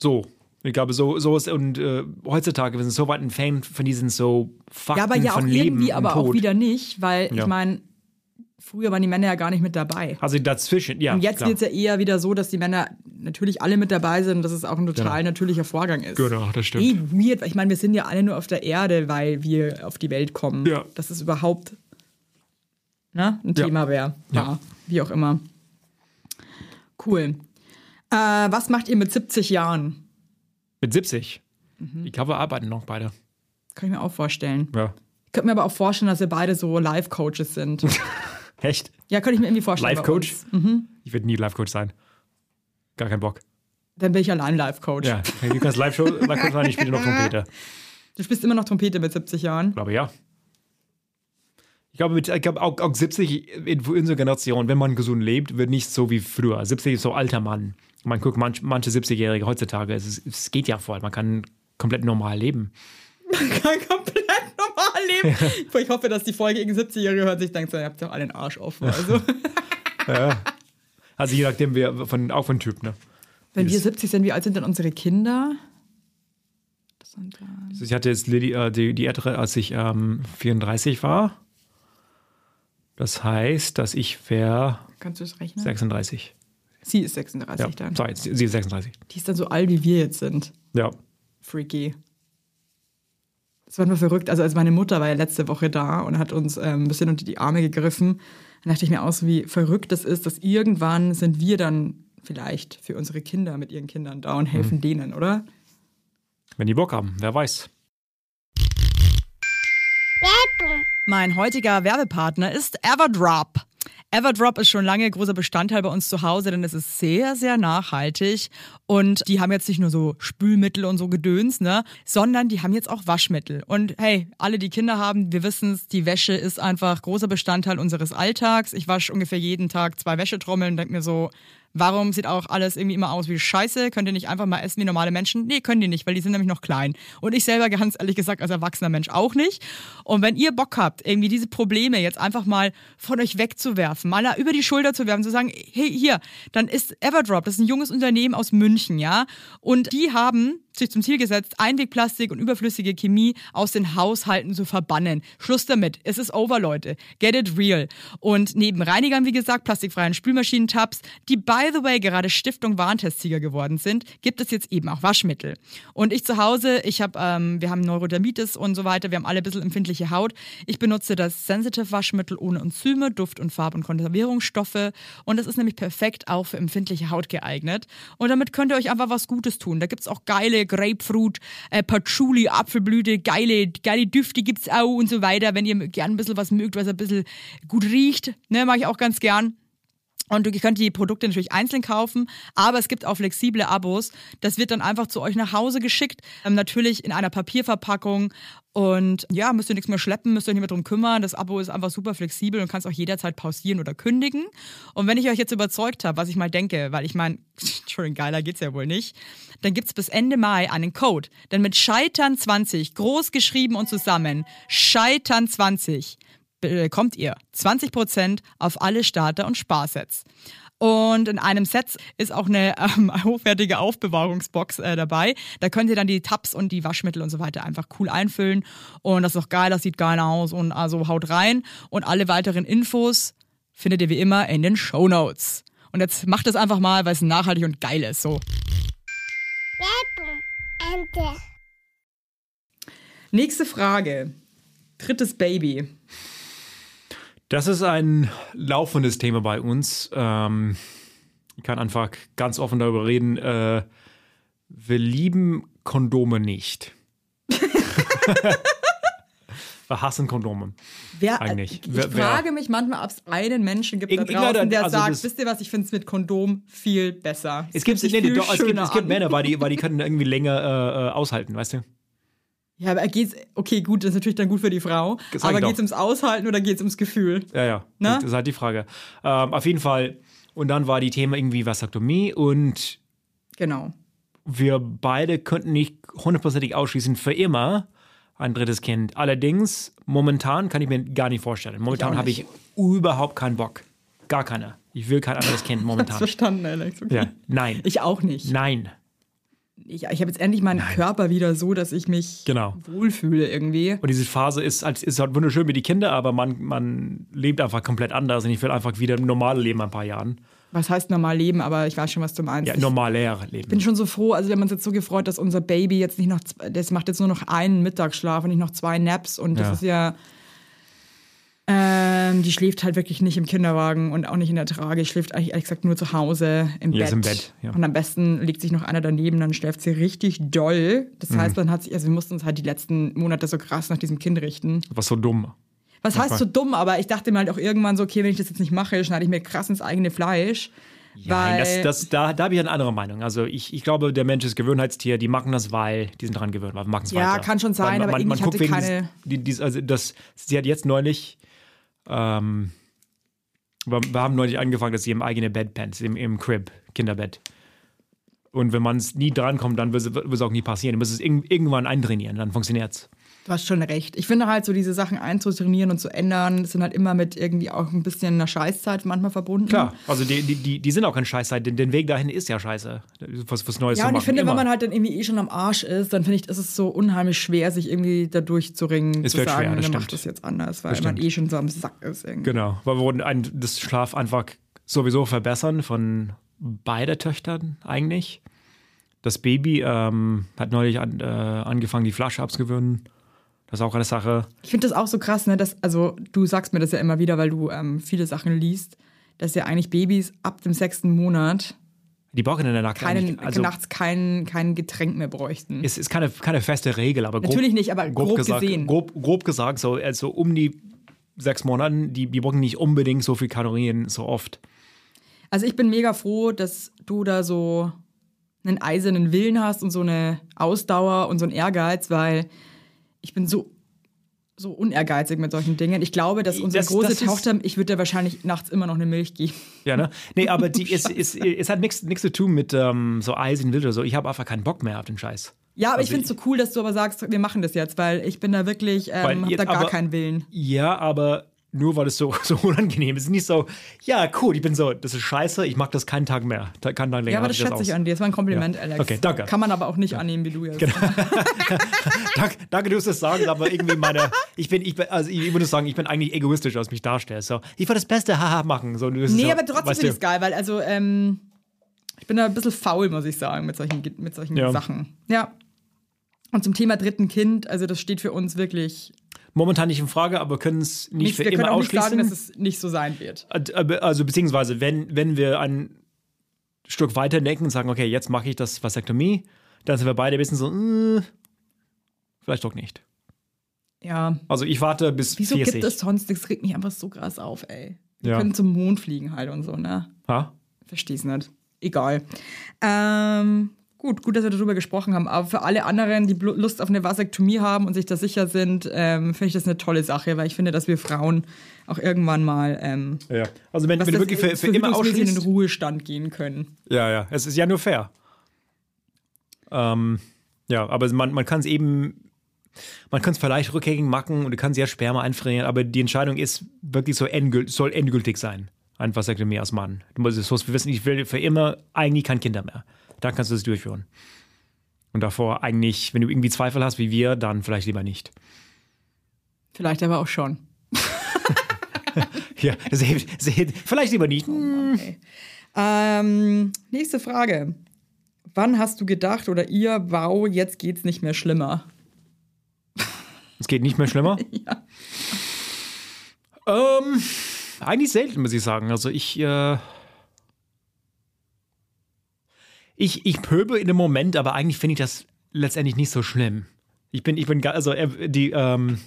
Speaker 2: So. Ich glaube, so, so ist, und äh, heutzutage, wir sind so weit entfernt von diesen so Fakten
Speaker 1: Ja, aber ja auch
Speaker 2: von Leben
Speaker 1: irgendwie,
Speaker 2: und
Speaker 1: aber
Speaker 2: Tod.
Speaker 1: auch wieder nicht, weil
Speaker 2: Ja.
Speaker 1: ich meine, früher waren die Männer ja gar nicht mit dabei.
Speaker 2: Also dazwischen, ja.
Speaker 1: Und jetzt
Speaker 2: klar.
Speaker 1: wird es ja eher wieder so, dass die Männer natürlich alle mit dabei sind und dass es auch ein total
Speaker 2: Genau.
Speaker 1: natürlicher Vorgang ist.
Speaker 2: Genau, das stimmt.
Speaker 1: Eh weird, weil ich meine, wir sind ja alle nur auf der Erde, weil wir auf die Welt kommen.
Speaker 2: Ja.
Speaker 1: Dass es überhaupt ne, ein
Speaker 2: Ja.
Speaker 1: Thema wäre.
Speaker 2: Ja.
Speaker 1: War, Wie auch immer. Cool. Äh, was macht ihr mit 70 Jahren?
Speaker 2: Mit 70.
Speaker 1: Mhm.
Speaker 2: Ich glaube, wir arbeiten noch beide.
Speaker 1: Kann ich mir auch vorstellen.
Speaker 2: Ja.
Speaker 1: Ich könnte mir aber auch vorstellen, dass wir beide so Life-Coaches sind.
Speaker 2: Echt?
Speaker 1: ja, könnte ich mir irgendwie vorstellen. bei
Speaker 2: Life-Coach?
Speaker 1: uns. Mhm.
Speaker 2: Ich werde nie Live-Coach sein. Gar kein Bock.
Speaker 1: Dann bin ich allein Life-Coach.
Speaker 2: Ja, du kannst Live-Show, Live-Coach sein, ich spiele noch Trompete.
Speaker 1: Du spielst immer noch Trompete mit 70 Jahren.
Speaker 2: glaube ja. Ich glaube, mit, ich glaube auch, auch 70 in in unserer Generation, wenn man gesund lebt, wird nicht so wie früher. 70 ist so alter Mann. Man guckt manch, manche 70-Jährige heutzutage, es, ist, es geht ja voll. Man kann komplett normal leben.
Speaker 1: kann komplett normal leben. Ich hoffe, dass die Folge gegen 70-Jährige hört sich denkt, so, ihr habt doch alle den Arsch offen. Also,
Speaker 2: Also je nachdem, wer von, auch von Typ, ne?
Speaker 1: wenn wir
Speaker 2: Yes.
Speaker 1: 70 sind, wie alt sind denn unsere Kinder? Das sind, äh,
Speaker 2: Also ich hatte jetzt Lilly, äh, die, die ältere, als ich ähm, 34 war. Das heißt, dass ich wäre
Speaker 1: kannst du das rechnen?
Speaker 2: 36.
Speaker 1: Sie ist 36
Speaker 2: Ja,
Speaker 1: dann.
Speaker 2: sorry, sie sie ist 36.
Speaker 1: Die ist dann so alt, wie wir jetzt sind.
Speaker 2: Ja.
Speaker 1: Freaky. Das war nur verrückt. Also, als meine Mutter war ja letzte Woche da und hat uns ähm, ein bisschen unter die Arme gegriffen, dann dachte ich mir aus, wie verrückt das ist, dass irgendwann sind wir dann vielleicht für unsere Kinder mit ihren Kindern da und helfen
Speaker 2: Mhm.
Speaker 1: denen, oder?
Speaker 2: Wenn die Bock haben, wer weiß.
Speaker 3: Werbung.
Speaker 1: Mein heutiger Werbepartner ist Everdrop. Everdrop ist schon lange großer Bestandteil bei uns zu Hause, denn es ist sehr, sehr nachhaltig. Und die haben jetzt nicht nur so Spülmittel und so Gedöns, ne, sondern die haben jetzt auch Waschmittel. Und hey, alle, die Kinder haben, wir wissen es, die Wäsche ist einfach großer Bestandteil unseres Alltags. Ich wasche ungefähr jeden Tag zwei Wäschetrommeln und denke mir so, Warum sieht auch alles irgendwie immer aus wie Scheiße? Könnt ihr nicht einfach mal essen wie normale Menschen? Nee, können die nicht, weil die sind nämlich noch klein. Und ich selber, ganz ehrlich gesagt, als erwachsener Mensch auch nicht. Und wenn ihr Bock habt, irgendwie diese Probleme jetzt einfach mal von euch wegzuwerfen, mal über die Schulter zu werfen, zu sagen, hey, hier, dann ist Everdrop, das ist ein junges Unternehmen aus München. München, ja. Und die haben sich zum Ziel gesetzt, Einwegplastik und überflüssige Chemie aus den Haushalten zu verbannen. Schluss damit. Es ist over, Leute. Get it real. Und neben Reinigern, wie gesagt, plastikfreien Spülmaschinentabs, die by the way gerade Stiftung Warentestsieger geworden sind, gibt es jetzt eben auch Waschmittel. Und ich zu Hause, ich habe, ähm, wir haben Neurodermitis und so weiter, wir haben alle ein bisschen empfindliche Haut. Ich benutze das Sensitive Waschmittel ohne Enzyme, Duft und Farb- und Konservierungsstoffe. Und das ist nämlich perfekt auch für empfindliche Haut geeignet. Und damit könnt ihr euch einfach was Gutes tun. Da gibt's auch geile Grapefruit, äh, Patchouli, Apfelblüte, geile, geile Düfte gibt's auch und so weiter. Wenn ihr gern ein bisschen was mögt, was ein bisschen gut riecht, ne, mag ich auch ganz gern. Und ihr könnt die Produkte natürlich einzeln kaufen, aber es gibt auch flexible Abos. Das wird dann einfach zu euch nach Hause geschickt, ähm, natürlich in einer Papierverpackung. Und ja, müsst ihr nichts mehr schleppen, müsst ihr euch nicht mehr drum kümmern. Das Abo ist einfach super flexibel und kannst auch jederzeit pausieren oder kündigen. Und wenn ich euch jetzt überzeugt habe, was ich mal denke, weil ich meine, Entschuldigung, geiler geht's ja wohl nicht, dann gibt's bis Ende Mai einen Code. Denn mit Scheitern20, groß geschrieben und zusammen, Scheitern20 bekommt äh, ihr 20% auf alle Starter und Sparsets. Und in einem Set ist auch eine ähm, hochwertige Aufbewahrungsbox äh, dabei. Da könnt ihr dann die Tabs und die Waschmittel und so weiter einfach cool einfüllen. Und das ist auch geil, das sieht geil aus. Und also haut rein. Und alle weiteren Infos findet ihr wie immer in den Show Notes. Und jetzt macht es einfach mal, weil es nachhaltig und geil ist. So.
Speaker 3: Werbung Ende.
Speaker 1: Nächste Frage. Drittes Baby.
Speaker 2: Das ist ein laufendes Thema bei uns. Ähm, ich kann einfach ganz offen darüber reden. Äh, wir lieben Kondome nicht. wir hassen Kondome.
Speaker 1: Wer, äh,
Speaker 2: Eigentlich.
Speaker 1: Ich
Speaker 2: Wer- wer-
Speaker 1: frage mich manchmal, ob es einen Menschen gibt da
Speaker 2: Irgend- irgendeiner-
Speaker 1: draußen, der
Speaker 2: also das-
Speaker 1: sagt, wisst ihr was, ich finde es mit Kondom viel besser.
Speaker 2: Es
Speaker 1: fühlt
Speaker 2: gibt,
Speaker 1: sich
Speaker 2: nee,
Speaker 1: viel
Speaker 2: doch, es gibt,
Speaker 1: schöner
Speaker 2: es gibt
Speaker 1: an.
Speaker 2: Männer, weil die, weil die können irgendwie länger äh, äh, aushalten, weißt du?
Speaker 1: Ja, aber geht's, okay, gut, das ist natürlich dann gut für die Frau,
Speaker 2: Sag ich
Speaker 1: aber
Speaker 2: doch.
Speaker 1: geht's ums Aushalten oder geht's ums Gefühl?
Speaker 2: Ja, ja.
Speaker 1: Ne?
Speaker 2: Das ist halt die Frage. Ähm, auf jeden Fall. Und dann war die Thema irgendwie Vasaktomie und
Speaker 1: Genau.
Speaker 2: wir beide könnten nicht hundertprozentig ausschließen für immer ein drittes Kind. Allerdings, momentan kann ich mir gar nicht vorstellen. Momentan
Speaker 1: auch
Speaker 2: habe ich überhaupt keinen Bock. Gar keiner. Ich will kein anderes Kind
Speaker 1: Hast
Speaker 2: momentan.
Speaker 1: verstanden, Alex. Okay.
Speaker 2: Ja. Nein.
Speaker 1: Ich auch nicht.
Speaker 2: Nein.
Speaker 1: Ich, ich habe jetzt endlich meinen Körper wieder so, dass ich mich
Speaker 2: Genau.
Speaker 1: wohlfühle irgendwie.
Speaker 2: Und diese Phase ist, als- ist halt wunderschön mit den Kindern, aber man, man lebt einfach komplett anders und ich will einfach wieder ein normales Leben in ein paar Jahren.
Speaker 1: Was heißt normal leben, aber ich weiß schon, was du meinst.
Speaker 2: Ja,
Speaker 1: Ich-
Speaker 2: normaler Leben.
Speaker 1: bin schon so froh, also wir haben uns jetzt so gefreut, dass unser Baby jetzt nicht noch, z- das macht jetzt nur noch einen Mittagsschlaf und nicht noch zwei Naps und das ist ja, ähm, die schläft halt wirklich nicht im Kinderwagen und auch nicht in der Trage, die schläft eigentlich ehrlich gesagt nur zu Hause im
Speaker 2: Ja,
Speaker 1: Bett.
Speaker 2: ist im Bett, ja.
Speaker 1: Und am besten legt sich noch einer daneben, dann schläft sie richtig doll. Das
Speaker 2: Mhm.
Speaker 1: heißt, dann hat sie, also wir mussten uns halt die letzten Monate so krass nach diesem Kind richten.
Speaker 2: Was so dumm.
Speaker 1: Was heißt so dumm, aber ich dachte mir halt auch irgendwann so, okay, wenn ich das jetzt nicht mache, schneide ich mir krass ins eigene Fleisch.
Speaker 2: Nein,
Speaker 1: weil
Speaker 2: das, das, da, da habe ich eine andere Meinung. Also ich, ich glaube, der Mensch ist Gewohnheitstier, die machen das, weil die sind dran gewöhnt, weil wir machen es
Speaker 1: Ja,
Speaker 2: weiter.
Speaker 1: kann schon sein,
Speaker 2: man,
Speaker 1: aber
Speaker 2: man, man
Speaker 1: irgendwie
Speaker 2: guckt
Speaker 1: hatte
Speaker 2: wegen
Speaker 1: keine-
Speaker 2: Dieses, die, dies- also das, sie hat jetzt neulich, ähm, wir, wir haben neulich angefangen, dass sie im eigenen Bett pennt, im, im Crib, Kinderbett. Und wenn man es nie drankommt, dann wird es auch nie passieren. Du musst es irg irgendwann eintrainieren, dann funktioniert's.
Speaker 1: Du hast schon recht. Ich finde halt so diese Sachen einzutrainieren und zu ändern, sind halt immer mit irgendwie auch ein bisschen einer Scheißzeit manchmal verbunden.
Speaker 2: Klar, also die, die, die, die sind auch kein Scheiße, denn den Weg dahin ist ja scheiße, was, was Neues
Speaker 1: Ja,
Speaker 2: zu
Speaker 1: und
Speaker 2: machen.
Speaker 1: ich finde,
Speaker 2: immer.
Speaker 1: wenn man halt dann irgendwie eh schon am Arsch ist, dann finde ich, ist es so unheimlich schwer, sich irgendwie da durchzuringen,
Speaker 2: Es
Speaker 1: zu
Speaker 2: wird
Speaker 1: sagen,
Speaker 2: schwer, das
Speaker 1: man
Speaker 2: stimmt.
Speaker 1: macht das jetzt anders, weil
Speaker 2: Das
Speaker 1: man
Speaker 2: stimmt.
Speaker 1: eh schon so am Sack ist irgendwie.
Speaker 2: Genau, weil wir wollten ein, das Schlaf einfach sowieso verbessern von beider Töchtern eigentlich. Das Baby ähm, hat neulich an, äh, angefangen, die Flasche abzugewöhnen. Das ist auch eine Sache.
Speaker 1: Ich finde das auch so krass, ne? Dass, also du sagst mir das ja immer wieder, weil du ähm, viele Sachen liest, dass ja eigentlich Babys ab dem sechsten Monat
Speaker 2: Die brauchen in der Nacht
Speaker 1: keinen,
Speaker 2: eigentlich- also
Speaker 1: nachts kein, kein Getränk mehr bräuchten.
Speaker 2: es ist keine, keine feste Regel, aber grob,
Speaker 1: Natürlich nicht, aber grob
Speaker 2: gesagt,
Speaker 1: gesehen.
Speaker 2: Grob, grob gesagt, so also um die sechs Monaten, die, die brauchen nicht unbedingt so viel Kalorien so oft.
Speaker 1: Also ich bin mega froh, dass du da so einen eisernen Willen hast und so eine Ausdauer und so einen Ehrgeiz, weil ich bin so so unehrgeizig mit solchen Dingen. Ich glaube, dass unsere
Speaker 2: Das-
Speaker 1: große
Speaker 2: das ist-
Speaker 1: Tochter, ich würde dir wahrscheinlich nachts immer noch eine Milch geben.
Speaker 2: Ja, ne? Nee, aber die, es, es, es hat nichts nichts zu tun mit ähm, so Eisen wild oder so. Ich habe einfach keinen Bock mehr auf den Scheiß.
Speaker 1: Ja, aber ich
Speaker 2: Also
Speaker 1: finde es so cool, dass du aber sagst, wir machen das jetzt, weil ich bin da wirklich, ähm,
Speaker 2: Weil
Speaker 1: hab
Speaker 2: jetzt
Speaker 1: da gar
Speaker 2: aber-
Speaker 1: keinen Willen.
Speaker 2: Ja, aber nur weil es so, so unangenehm ist. Es ist nicht so, ja, cool, ich bin so, das ist scheiße, ich mag das keinen Tag mehr. Da- Keinen Tag länger.
Speaker 1: Ja, aber
Speaker 2: halte
Speaker 1: das schätze ich
Speaker 2: aus.
Speaker 1: an dir. Das war ein Kompliment,
Speaker 2: Ja.
Speaker 1: Alex.
Speaker 2: Okay, danke.
Speaker 1: Kann man aber auch nicht annehmen, wie du jetzt. Genau.
Speaker 2: Danke, danke, du hast das sagen, aber irgendwie meine, ich bin, ich bin, also ich würde sagen, ich bin eigentlich egoistisch, als ich mich darstelle. So, ich will das Beste, haha, machen. So, das ist
Speaker 1: Nee,
Speaker 2: so,
Speaker 1: aber trotzdem finde
Speaker 2: weißt du,
Speaker 1: ich es geil, weil also ähm, ich bin da ein bisschen faul, muss ich sagen, mit solchen, Ge- mit solchen
Speaker 2: Ja.
Speaker 1: Sachen. Ja. Und zum Thema dritten Kind, also das steht für uns wirklich
Speaker 2: Momentan nicht in Frage, aber können es nicht
Speaker 1: nicht.
Speaker 2: für
Speaker 1: Wir können
Speaker 2: immer
Speaker 1: auch nicht sagen,
Speaker 2: ausschließen.
Speaker 1: dass es nicht so sein wird.
Speaker 2: also beziehungsweise, wenn, wenn wir ein Stück weiter denken und sagen, okay, jetzt mache ich das Vasektomie, dann sind wir beide ein bisschen so, mm, vielleicht doch nicht.
Speaker 1: Ja.
Speaker 2: Also ich warte bis
Speaker 1: Wieso
Speaker 2: 40.
Speaker 1: gibt es sonst? Das regt mich einfach so krass auf, ey. Wir
Speaker 2: Ja.
Speaker 1: können zum Mond fliegen halt und so, ne?
Speaker 2: Ha?
Speaker 1: Versteh's nicht. Egal. Ähm, gut, gut, dass wir darüber gesprochen haben. Aber für alle anderen, die blu- Lust auf eine Vasektomie haben und sich da sicher sind, ähm, finde ich das eine tolle Sache, weil ich finde, dass wir Frauen auch irgendwann mal ähm,
Speaker 2: Ja. Also wenn,
Speaker 1: dass
Speaker 2: wenn du
Speaker 1: das
Speaker 2: wirklich für, für immer
Speaker 1: verhütungsmäßig in
Speaker 2: ausschließt.
Speaker 1: den Ruhestand gehen können.
Speaker 2: Ja, ja, es ist ja nur fair. Ähm, ja, aber man, man kann es eben, man kann es vielleicht rückgängig machen und du kannst ja Sperma einfrieren, aber die Entscheidung ist wirklich so endgültig, soll endgültig sein. Ein Vasektomie als Mann. Du musst es musst wissen, ich will für immer eigentlich kein Kinder mehr. Dann kannst du es durchführen. Und davor eigentlich, wenn du irgendwie Zweifel hast wie wir, dann vielleicht lieber nicht.
Speaker 1: Vielleicht aber auch schon.
Speaker 2: Ja, das hilft, das hilft, vielleicht lieber nicht.
Speaker 1: Oh Okay. Ähm, nächste Frage. Wann hast du gedacht oder ihr, wow, jetzt geht's nicht mehr schlimmer?
Speaker 2: Es geht nicht mehr schlimmer.
Speaker 1: Ja.
Speaker 2: Ähm, eigentlich selten, muss ich sagen. Also ich, äh, ich, ich pöbel in dem Moment, aber eigentlich finde ich das letztendlich nicht so schlimm. Ich bin, ich bin, ga- also äh, die, ähm,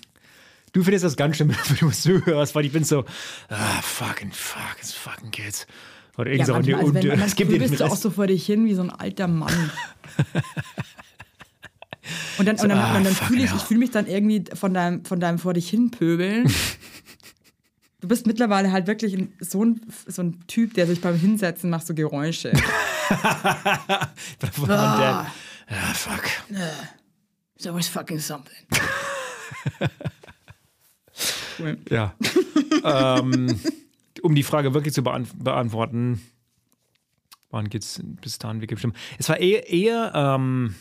Speaker 2: du findest das ganz schlimm, wenn du es zuhörst, weil ich bin so, ah, fucking, fuck, it's fucking kids. Oder irgend so. und,
Speaker 1: manchmal, also
Speaker 2: und,
Speaker 1: wenn,
Speaker 2: äh,
Speaker 1: man,
Speaker 2: es gibt dir den
Speaker 1: bist du auch
Speaker 2: Rest.
Speaker 1: so vor dich hin wie so ein alter Mann. und dann, und dann,
Speaker 2: ah,
Speaker 1: und dann
Speaker 2: fuck
Speaker 1: fühle ich,
Speaker 2: hell.
Speaker 1: ich fühle mich dann irgendwie von deinem, von deinem vor dich hin pöbeln. Du bist mittlerweile halt wirklich ein, so, ein, so ein Typ, der sich beim Hinsetzen macht so Geräusche.
Speaker 2: Und dann, ah, fuck.
Speaker 1: It's always fucking something. cool.
Speaker 2: Ja. ähm, um die Frage wirklich zu beant beantworten, wann geht's bis dahin wirklich schlimm? Es war eher, eher ähm,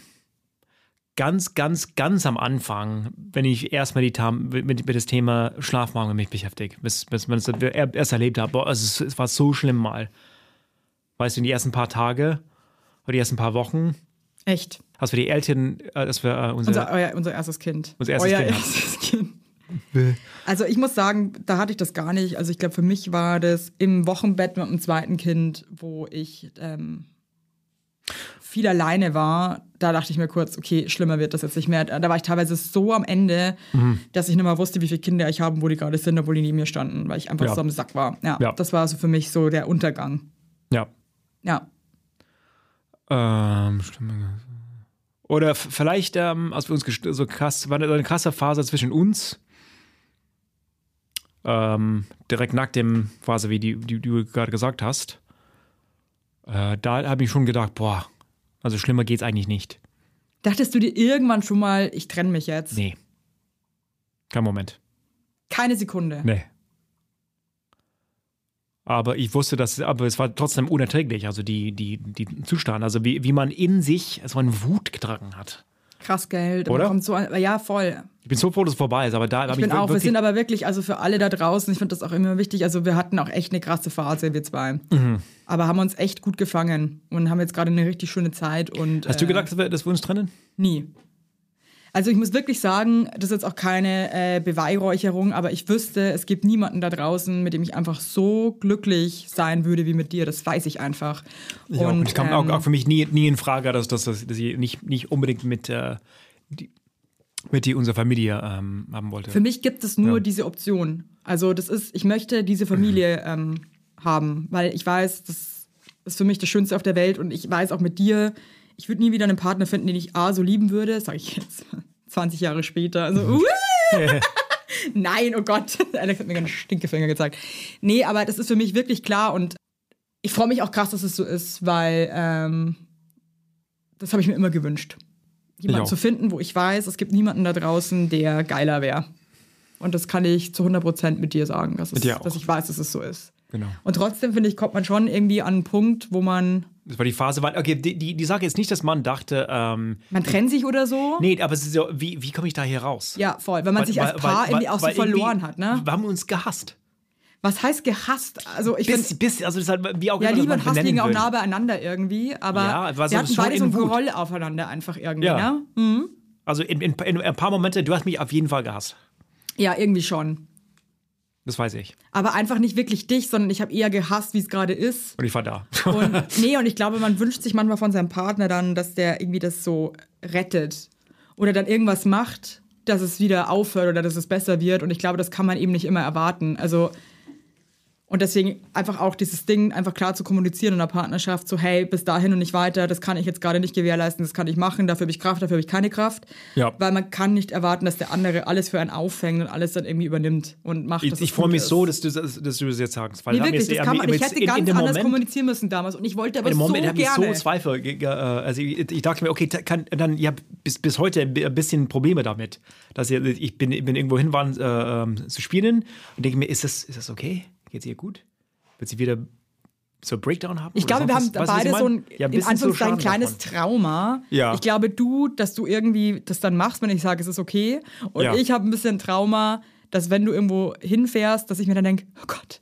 Speaker 2: ganz, ganz, ganz am Anfang, wenn ich erstmal die Tam mit, mit das Thema Schlafmangel mich beschäftige, bis, bis man es er- erst erlebt hat. Boah, es, ist, es war so schlimm mal. Weißt du, in die ersten paar Tage oder die ersten paar Wochen,
Speaker 1: Echt.
Speaker 2: als wir die Eltern, äh, als wir äh, unsere,
Speaker 1: Unser, euer, unser erstes Kind.
Speaker 2: Unser erstes
Speaker 1: euer
Speaker 2: Kind.
Speaker 1: erstes Kind. Also ich muss sagen, da hatte ich das gar nicht. Also ich glaube, für mich war das im Wochenbett mit dem zweiten Kind, wo ich ähm, viel alleine war. Da dachte ich mir kurz, okay, schlimmer wird das jetzt nicht mehr. Da war ich teilweise so am Ende, dass ich nicht mehr wusste, wie viele Kinder ich habe, und wo die gerade sind, obwohl die neben mir standen, weil ich einfach
Speaker 2: Ja.
Speaker 1: so am Sack war. Ja,
Speaker 2: Ja.
Speaker 1: das war so für mich so der Untergang.
Speaker 2: ja.
Speaker 1: Ja,
Speaker 2: Ähm, Stimme. Oder f- vielleicht, ähm, als wir uns gest- so krass, war eine, eine krasse Phase zwischen uns. Ähm, direkt nach dem Phase, wie die, die, die du gerade gesagt hast. Äh, da habe ich schon gedacht, boah, also schlimmer geht's eigentlich nicht.
Speaker 1: dachtest du dir irgendwann schon mal, ich trenne mich jetzt?
Speaker 2: Nee. Kein Moment.
Speaker 1: Keine Sekunde.
Speaker 2: Nee. Aber ich wusste, dass, aber es war trotzdem unerträglich, also die, die, die Zustand, also wie, wie man in sich so einen Wut getragen hat.
Speaker 1: Krass Geld.
Speaker 2: Oder?
Speaker 1: Kommt so an, ja, voll.
Speaker 2: Ich bin so froh, dass es vorbei ist, aber da habe
Speaker 1: Ich
Speaker 2: ich
Speaker 1: bin auch, wir
Speaker 2: wirklich
Speaker 1: sind aber wirklich, also für alle da draußen, ich finde das auch immer wichtig, also wir hatten auch echt eine krasse Phase, wir zwei.
Speaker 2: Mhm.
Speaker 1: Aber haben uns echt gut gefangen und haben jetzt gerade eine richtig schöne Zeit und. äh,
Speaker 2: Hast du gedacht, dass wir, dass wir uns trennen?
Speaker 1: Nie. Also ich muss wirklich sagen, das ist jetzt auch keine äh, Beweihräucherung, aber ich wüsste, es gibt niemanden da draußen, mit dem ich einfach so glücklich sein würde wie mit dir. Das weiß ich einfach.
Speaker 2: Ja, und es kam auch,
Speaker 1: ähm,
Speaker 2: auch für mich nie, nie in Frage, dass, dass, dass dass ich nicht, nicht unbedingt mit, äh, die, mit die unserer Familie ähm, haben wollte.
Speaker 1: Für mich gibt es nur
Speaker 2: Ja.
Speaker 1: diese Option. Also das ist, ich möchte diese Familie
Speaker 2: Mhm.
Speaker 1: ähm, haben, weil ich weiß, das ist für mich das Schönste auf der Welt und ich weiß auch mit dir, ich würde nie wieder einen Partner finden, den ich A so lieben würde, sage ich jetzt 20 Jahre später. Also,
Speaker 2: Mhm.
Speaker 1: uh, Nein, oh Gott, Alex hat mir ganz Stinkefinger gezeigt. Nee, aber das ist für mich wirklich klar und ich freue mich auch krass, dass es so ist, weil ähm, das habe ich mir immer gewünscht. Jemanden
Speaker 2: auch.
Speaker 1: zu finden, wo ich weiß, es gibt niemanden da draußen, der geiler wäre. Und das kann ich zu 100% mit dir sagen, dass, es,
Speaker 2: Mit dir auch.
Speaker 1: dass ich weiß, dass es so ist.
Speaker 2: Genau.
Speaker 1: Und trotzdem, finde ich, kommt man schon irgendwie an einen Punkt, wo man,
Speaker 2: Das war die Phase, weil, okay, die, die, die Sache ist nicht, dass man dachte, ähm,
Speaker 1: man trennt sich oder so.
Speaker 2: nee, aber es ist so, wie, wie komme ich da hier raus?
Speaker 1: Ja, voll, weil man sich als Paar irgendwie auch so
Speaker 2: weil
Speaker 1: verloren hat, ne?
Speaker 2: Wir haben uns gehasst.
Speaker 1: Was heißt gehasst? Also ich
Speaker 2: Bis,
Speaker 1: finde,
Speaker 2: bis, also das hat, wie auch
Speaker 1: ja,
Speaker 2: immer
Speaker 1: Liebe
Speaker 2: man
Speaker 1: und Hass
Speaker 2: benennen
Speaker 1: liegen auch
Speaker 2: würde.
Speaker 1: nah beieinander irgendwie, aber
Speaker 2: Ja, war so-
Speaker 1: wir hatten
Speaker 2: schon
Speaker 1: beide so
Speaker 2: in
Speaker 1: ein
Speaker 2: Wut.
Speaker 1: Groll aufeinander einfach irgendwie,
Speaker 2: Ja.
Speaker 1: ne?
Speaker 2: Also in, in, in ein paar Momente, du hast mich auf jeden Fall gehasst.
Speaker 1: Ja, irgendwie schon.
Speaker 2: Das weiß ich.
Speaker 1: Aber einfach nicht wirklich dich, sondern ich habe eher gehasst, wie es gerade ist.
Speaker 2: Und ich war da.
Speaker 1: Und, nee, und ich glaube, man wünscht sich manchmal von seinem Partner dann, dass der irgendwie das so rettet oder dann irgendwas macht, dass es wieder aufhört oder dass es besser wird. Und ich glaube, das kann man eben nicht immer erwarten. Also und deswegen einfach auch dieses Ding, einfach klar zu kommunizieren in der Partnerschaft, so hey, bis dahin und nicht weiter, das kann ich jetzt gerade nicht gewährleisten, das kann ich machen, dafür habe ich Kraft, dafür habe ich keine Kraft.
Speaker 2: Ja.
Speaker 1: Weil man kann nicht erwarten, dass der andere alles für einen auffängt und alles dann irgendwie übernimmt und macht. dass
Speaker 2: Ich,
Speaker 1: es
Speaker 2: ich freue
Speaker 1: gut
Speaker 2: mich
Speaker 1: ist.
Speaker 2: so, dass du, dass, dass du das jetzt sagst. Weil
Speaker 1: Nee,
Speaker 2: wir haben
Speaker 1: wirklich, das
Speaker 2: jetzt-
Speaker 1: kann
Speaker 2: haben
Speaker 1: man, ich
Speaker 2: jetzt
Speaker 1: hätte
Speaker 2: in-
Speaker 1: ganz
Speaker 2: in dem
Speaker 1: anders
Speaker 2: Moment-
Speaker 1: kommunizieren müssen damals und ich wollte aber
Speaker 2: Im Moment
Speaker 1: so
Speaker 2: habe ich
Speaker 1: gerne.
Speaker 2: so Zweifel. ge- ge- äh, Also ich, ich dachte mir, okay, ta- kann, dann ja bis, bis heute ein bi- ein bisschen Probleme damit, dass ich, ich bin, ich bin irgendwo hin waren äh, ähm, zu spielen und denke mir, ist das, ist das okay? Geht's ihr gut? Wird sie wieder so Breakdown haben?
Speaker 1: Ich
Speaker 2: oder
Speaker 1: glaube, wir haben
Speaker 2: sonst was? Weißt
Speaker 1: beide
Speaker 2: du, was ich
Speaker 1: so
Speaker 2: meine?
Speaker 1: ein,
Speaker 2: Ja,
Speaker 1: in
Speaker 2: bisschen so
Speaker 1: Anführungszeichen
Speaker 2: Schaden
Speaker 1: kleines
Speaker 2: davon.
Speaker 1: Trauma.
Speaker 2: Ja.
Speaker 1: Ich glaube, du, dass du irgendwie das dann machst, wenn ich sage, es ist okay. Und
Speaker 2: Ja.
Speaker 1: ich habe ein bisschen Trauma, dass wenn du irgendwo hinfährst, dass ich mir dann denke, oh Gott,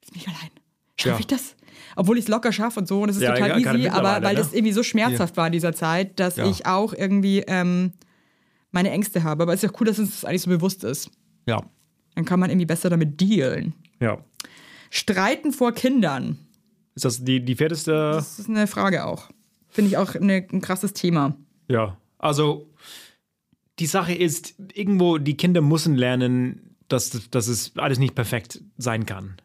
Speaker 1: jetzt bin ich allein. Schaffe
Speaker 2: Ja.
Speaker 1: ich das? Obwohl ich es locker schaffe und so, und es ist
Speaker 2: Ja,
Speaker 1: total
Speaker 2: gar keine
Speaker 1: easy, aber
Speaker 2: mittlerweile,
Speaker 1: weil
Speaker 2: ne?
Speaker 1: das irgendwie so schmerzhaft war in dieser Zeit, dass
Speaker 2: Ja.
Speaker 1: ich auch irgendwie ähm, meine Ängste habe. Aber es ist ja cool, dass uns das eigentlich so bewusst ist.
Speaker 2: Ja,
Speaker 1: Dann kann man irgendwie besser damit dealen.
Speaker 2: ja.
Speaker 1: Streiten vor Kindern.
Speaker 2: Ist das die, die fertigste?
Speaker 1: Das ist eine Frage auch. Finde ich auch eine, ein krasses Thema.
Speaker 2: Ja. Also die Sache ist, irgendwo, die Kinder müssen lernen, dass, dass es alles nicht perfekt sein kann.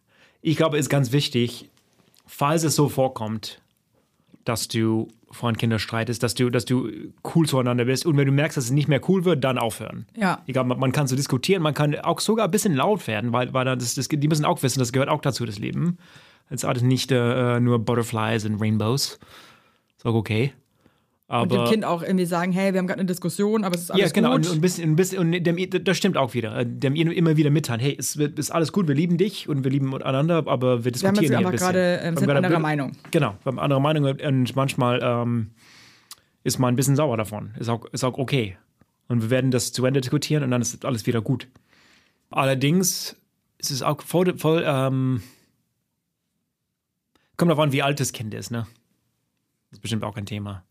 Speaker 2: Ich glaube, es ist ganz wichtig, falls es so vorkommt, dass du vor den Kindern streitest, dass du, dass du cool zueinander bist und wenn du merkst, dass es nicht mehr cool wird, dann aufhören.
Speaker 1: Ja.
Speaker 2: Egal, man, man kann so diskutieren, man kann auch sogar ein bisschen laut werden, weil, weil dann das, das, die müssen auch wissen, das gehört auch dazu, das Leben. Es ist alles nicht äh, nur Butterflies und Rainbows. Ist auch okay.
Speaker 1: Und
Speaker 2: Aber
Speaker 1: dem Kind auch irgendwie sagen, hey, wir haben gerade eine Diskussion, aber es ist
Speaker 2: ja,
Speaker 1: alles
Speaker 2: genau.
Speaker 1: gut.
Speaker 2: Und, und, bisschen, ein bisschen, und dem, das stimmt auch wieder. Äh, Dem ihnen immer wieder mitteilen: hey, es wird- ist alles gut, wir lieben dich und wir lieben einander, aber wir
Speaker 1: wir
Speaker 2: diskutieren
Speaker 1: haben jetzt
Speaker 2: hier ein
Speaker 1: einfach
Speaker 2: bisschen.
Speaker 1: gerade ähm,
Speaker 2: Wir
Speaker 1: sind
Speaker 2: haben
Speaker 1: anderer
Speaker 2: gerade-
Speaker 1: Meinung.
Speaker 2: Genau, wir haben andere Meinung und manchmal ähm, ist man ein bisschen sauer davon. Ist auch, ist auch okay. Und wir werden das zu Ende diskutieren und dann ist alles wieder gut. Allerdings ist es auch voll, voll ähm, kommt darauf an, wie alt das Kind ist, ne? Das ist bestimmt auch ein Thema.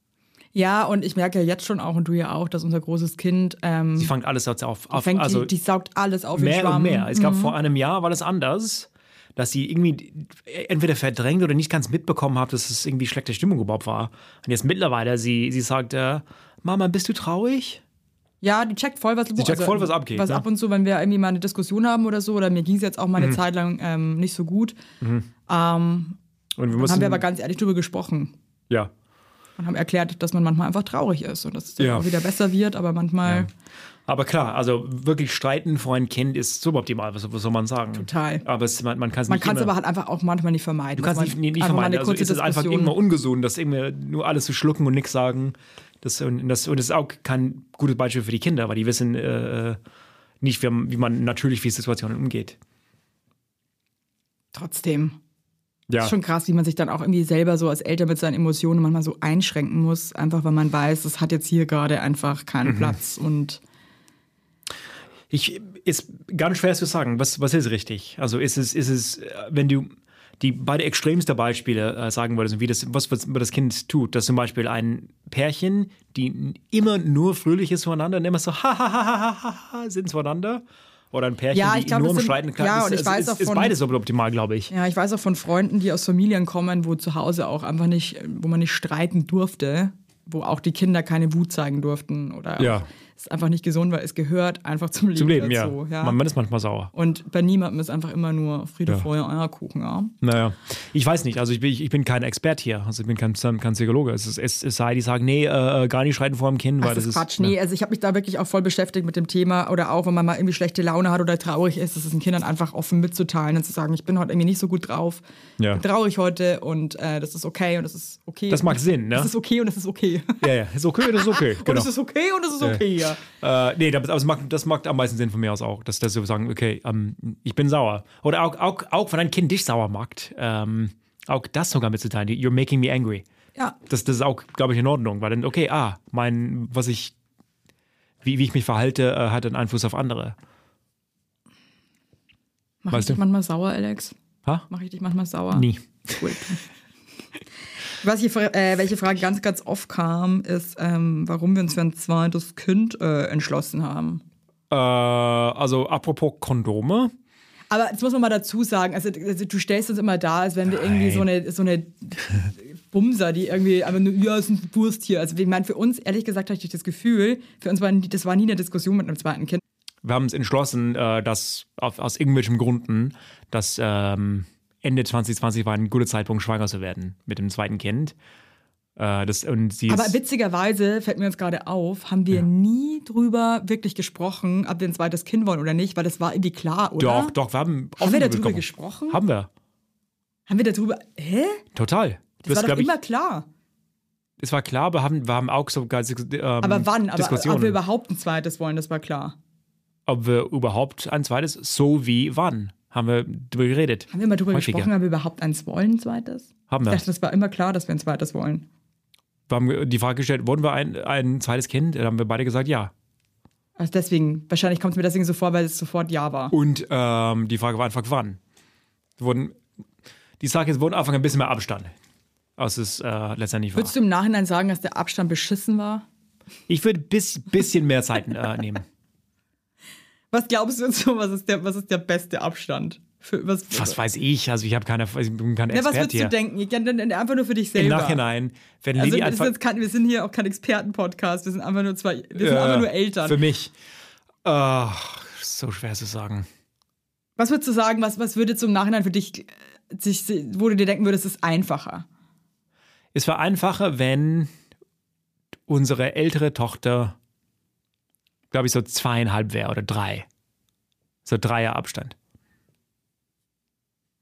Speaker 1: Ja, und ich merke ja jetzt schon auch und du ja auch, dass unser großes Kind
Speaker 2: Die
Speaker 1: ähm,
Speaker 2: fangen alles dazu auf. auf
Speaker 1: fängt,
Speaker 2: also,
Speaker 1: die, die saugt alles auf den
Speaker 2: mehr und
Speaker 1: Schwamm.
Speaker 2: mehr. Es gab
Speaker 1: Mhm.
Speaker 2: vor einem Jahr war das anders, dass sie irgendwie entweder verdrängt oder nicht ganz mitbekommen hat, dass es irgendwie schlechte Stimmung überhaupt war. Und jetzt mittlerweile, sie, sie sagt, äh, Mama, bist du traurig?
Speaker 1: Ja, die checkt voll, was, die
Speaker 2: checkt voll, was abgeht,
Speaker 1: Was
Speaker 2: ne? Mhm.
Speaker 1: ab und zu, wenn wir irgendwie mal eine Diskussion haben oder so, oder mir ging es jetzt auch mal eine Zeit lang ähm, nicht so gut,
Speaker 2: Und wir
Speaker 1: haben
Speaker 2: mussten,
Speaker 1: wir aber ganz ehrlich drüber gesprochen.
Speaker 2: ja.
Speaker 1: Und haben erklärt, dass man manchmal einfach traurig ist und dass es dann
Speaker 2: Ja.
Speaker 1: auch wieder besser wird, aber manchmal
Speaker 2: Aber klar, also wirklich streiten vor ein Kind ist suboptimal, was, was soll man sagen?
Speaker 1: Total.
Speaker 2: Aber es, man, man kann es
Speaker 1: Man
Speaker 2: nicht
Speaker 1: kann es
Speaker 2: immer-
Speaker 1: aber halt einfach auch manchmal nicht vermeiden.
Speaker 2: Du kannst
Speaker 1: Dass
Speaker 2: nicht,
Speaker 1: man
Speaker 2: nicht nicht
Speaker 1: einfach mal
Speaker 2: vermeiden.
Speaker 1: eine
Speaker 2: Also
Speaker 1: kurze
Speaker 2: ist es einfach
Speaker 1: Diskussion-
Speaker 2: irgendwann ungesund, das irgendwie nur alles zu schlucken und nichts sagen. Das, und, das, und das ist auch kein gutes Beispiel für die Kinder, weil die wissen äh, nicht, wie, wie man natürlich wie Situationen umgeht.
Speaker 1: Trotzdem.
Speaker 2: Ja.
Speaker 1: Ist schon krass, wie man sich dann auch irgendwie selber so als Eltern mit seinen Emotionen manchmal so einschränken muss, einfach weil man weiß, das hat jetzt hier gerade einfach keinen
Speaker 2: Mhm.
Speaker 1: Platz. Und
Speaker 2: Ich, ist ganz schwer zu sagen, was, was ist richtig? Also ist es, ist es, äh, wenn du die beide extremste Beispiele äh, sagen würdest, und wie das, was, was das Kind tut, dass zum Beispiel ein Pärchen, die n- immer nur fröhlich ist zueinander und immer so ha ha ha ha ha, ha ha sind zueinander. Oder ein Pärchen,
Speaker 1: Ja,
Speaker 2: die
Speaker 1: ich glaub,
Speaker 2: nur
Speaker 1: das sind-
Speaker 2: umschreiten
Speaker 1: ja, und ich
Speaker 2: ist,
Speaker 1: weiß
Speaker 2: ist,
Speaker 1: auch
Speaker 2: ist
Speaker 1: von-
Speaker 2: beides suboptimal, glaube ich.
Speaker 1: ja, ich weiß auch von Freunden, die aus Familien kommen, wo zu Hause auch einfach nicht, wo man nicht streiten durfte, wo auch die Kinder keine Wut zeigen durften oder
Speaker 2: Ja.
Speaker 1: auch, ist einfach nicht gesund, weil es gehört einfach zum Leben,
Speaker 2: Zum Leben, ja.
Speaker 1: dazu.
Speaker 2: Man, man ist manchmal sauer.
Speaker 1: Und bei niemandem ist einfach immer nur Friede,
Speaker 2: Ja.
Speaker 1: Feuer, Eierkuchen, ja.
Speaker 2: Naja, ich weiß nicht. Also ich bin, ich, ich bin kein Expert hier. Also ich bin kein, kein Psychologe. Es, ist- es, es sei, die sagen, nee, äh, gar nicht schreiten vor dem Kind, weil
Speaker 1: Ach, das ist Quatsch,
Speaker 2: ne.
Speaker 1: nee. Also ich habe mich da wirklich auch voll beschäftigt mit dem Thema oder auch, wenn man mal irgendwie schlechte Laune hat oder traurig ist, das ist den Kindern einfach offen mitzuteilen und zu sagen, ich bin heute irgendwie nicht so gut drauf,
Speaker 2: Ja.
Speaker 1: bin traurig heute und äh, das ist okay und das ist okay.
Speaker 2: Das macht Sinn, ne?
Speaker 1: Das ist okay und das ist okay.
Speaker 2: Ja, ja, ist okay, das ist okay.
Speaker 1: Und
Speaker 2: Genau.
Speaker 1: das ist okay und das ist okay, ja. ja.
Speaker 2: Äh, nee, das, aber das macht, das macht am meisten Sinn von mir aus auch, dass, dass wir sagen, okay, ähm, ich bin sauer. Oder auch, auch, auch wenn ein Kind dich sauer macht, ähm, auch das sogar mitzuteilen, you're making me angry.
Speaker 1: Ja,
Speaker 2: Das, das ist auch, glaube ich, in Ordnung, weil dann, okay, ah, mein, was ich, wie, wie ich mich verhalte, äh, hat einen Einfluss auf andere.
Speaker 1: mach
Speaker 2: Weißt
Speaker 1: ich dich
Speaker 2: du?
Speaker 1: manchmal sauer, Alex?
Speaker 2: Ha?
Speaker 1: Mach ich dich manchmal sauer?
Speaker 2: Nie.
Speaker 1: Cool. Was hier, fra- äh, welche Frage ganz, ganz oft kam, ist, ähm, warum wir uns für ein zweites Kind äh, entschlossen haben.
Speaker 2: Äh, also, apropos Kondome.
Speaker 1: Aber jetzt muss man mal dazu sagen, also, also du stellst uns immer da, als wenn wir irgendwie so eine, so eine Bumser, die irgendwie einfach nur, ja, ist ein Wurst hier. Also ich meine, für uns, ehrlich gesagt, hatte ich das Gefühl, für uns war nie- das war nie eine Diskussion mit einem zweiten Kind.
Speaker 2: wir haben es entschlossen, äh, dass auf, aus irgendwelchen Gründen, dass ähm, Ende 2020 war ein guter Zeitpunkt, schwanger zu werden mit dem zweiten Kind. Äh, das, und sie
Speaker 1: Aber
Speaker 2: ist,
Speaker 1: witzigerweise, fällt mir uns gerade auf, haben wir nie drüber wirklich gesprochen, ob wir ein zweites Kind wollen oder nicht, weil das war irgendwie klar, oder?
Speaker 2: doch, doch, wir haben
Speaker 1: Haben wir
Speaker 2: offen
Speaker 1: darüber
Speaker 2: gesprochen.
Speaker 1: gesprochen?
Speaker 2: Haben wir,
Speaker 1: Haben wir darüber. Hä?
Speaker 2: total.
Speaker 1: Das, war doch
Speaker 2: glaub ich,
Speaker 1: immer klar.
Speaker 2: es war klar, wir haben, wir haben auch sogar ähm,
Speaker 1: Aber wann? Aber
Speaker 2: Diskussionen,
Speaker 1: ob wir überhaupt ein zweites wollen, das war klar.
Speaker 2: ob wir überhaupt ein zweites, so wie wann, haben wir darüber geredet.
Speaker 1: Haben wir mal darüber
Speaker 2: Häufiger.
Speaker 1: gesprochen, ob wir überhaupt eins wollen, ein zweites?
Speaker 2: Haben wir.
Speaker 1: Ich dachte, das war immer klar, dass wir ein zweites wollen.
Speaker 2: Wir haben die Frage gestellt, wollen wir ein, ein zweites Kind? Da haben wir beide gesagt, ja.
Speaker 1: Also deswegen, wahrscheinlich kommt es mir deswegen so vor, weil es sofort Ja war.
Speaker 2: Und ähm, die Frage war einfach, wann? Wir Wurden, die Sache ist, wurden einfach ein bisschen mehr Abstand, als es äh, letztendlich war.
Speaker 1: Würdest du im Nachhinein sagen, dass der Abstand beschissen war?
Speaker 2: Ich würde ein bis, bisschen mehr Zeit äh, nehmen.
Speaker 1: Was glaubst du so, was ist der, was ist der beste Abstand? Für, was,
Speaker 2: Was weiß ich? Also ich habe keine, ich bin kein
Speaker 1: ja, was
Speaker 2: Experte
Speaker 1: würdest du
Speaker 2: hier.
Speaker 1: denken? Ich, ja, dann- dann einfach nur für dich
Speaker 2: Im
Speaker 1: selber.
Speaker 2: Nachhinein, wenn
Speaker 1: Also,
Speaker 2: Lilly
Speaker 1: das ist
Speaker 2: einfach...
Speaker 1: jetzt kein, wir sind hier auch kein Experten-Podcast, wir sind einfach nur zwei, wir sind
Speaker 2: äh,
Speaker 1: einfach nur Eltern.
Speaker 2: Für mich. Ach, so schwer zu sagen.
Speaker 1: Was würdest du sagen, was, was würde zum Nachhinein für dich, äh, sich, wo du dir denken würdest, es ist einfacher?
Speaker 2: Es war einfacher, wenn unsere ältere Tochter, glaube ich, so zweieinhalb wäre oder drei. So dreier Abstand.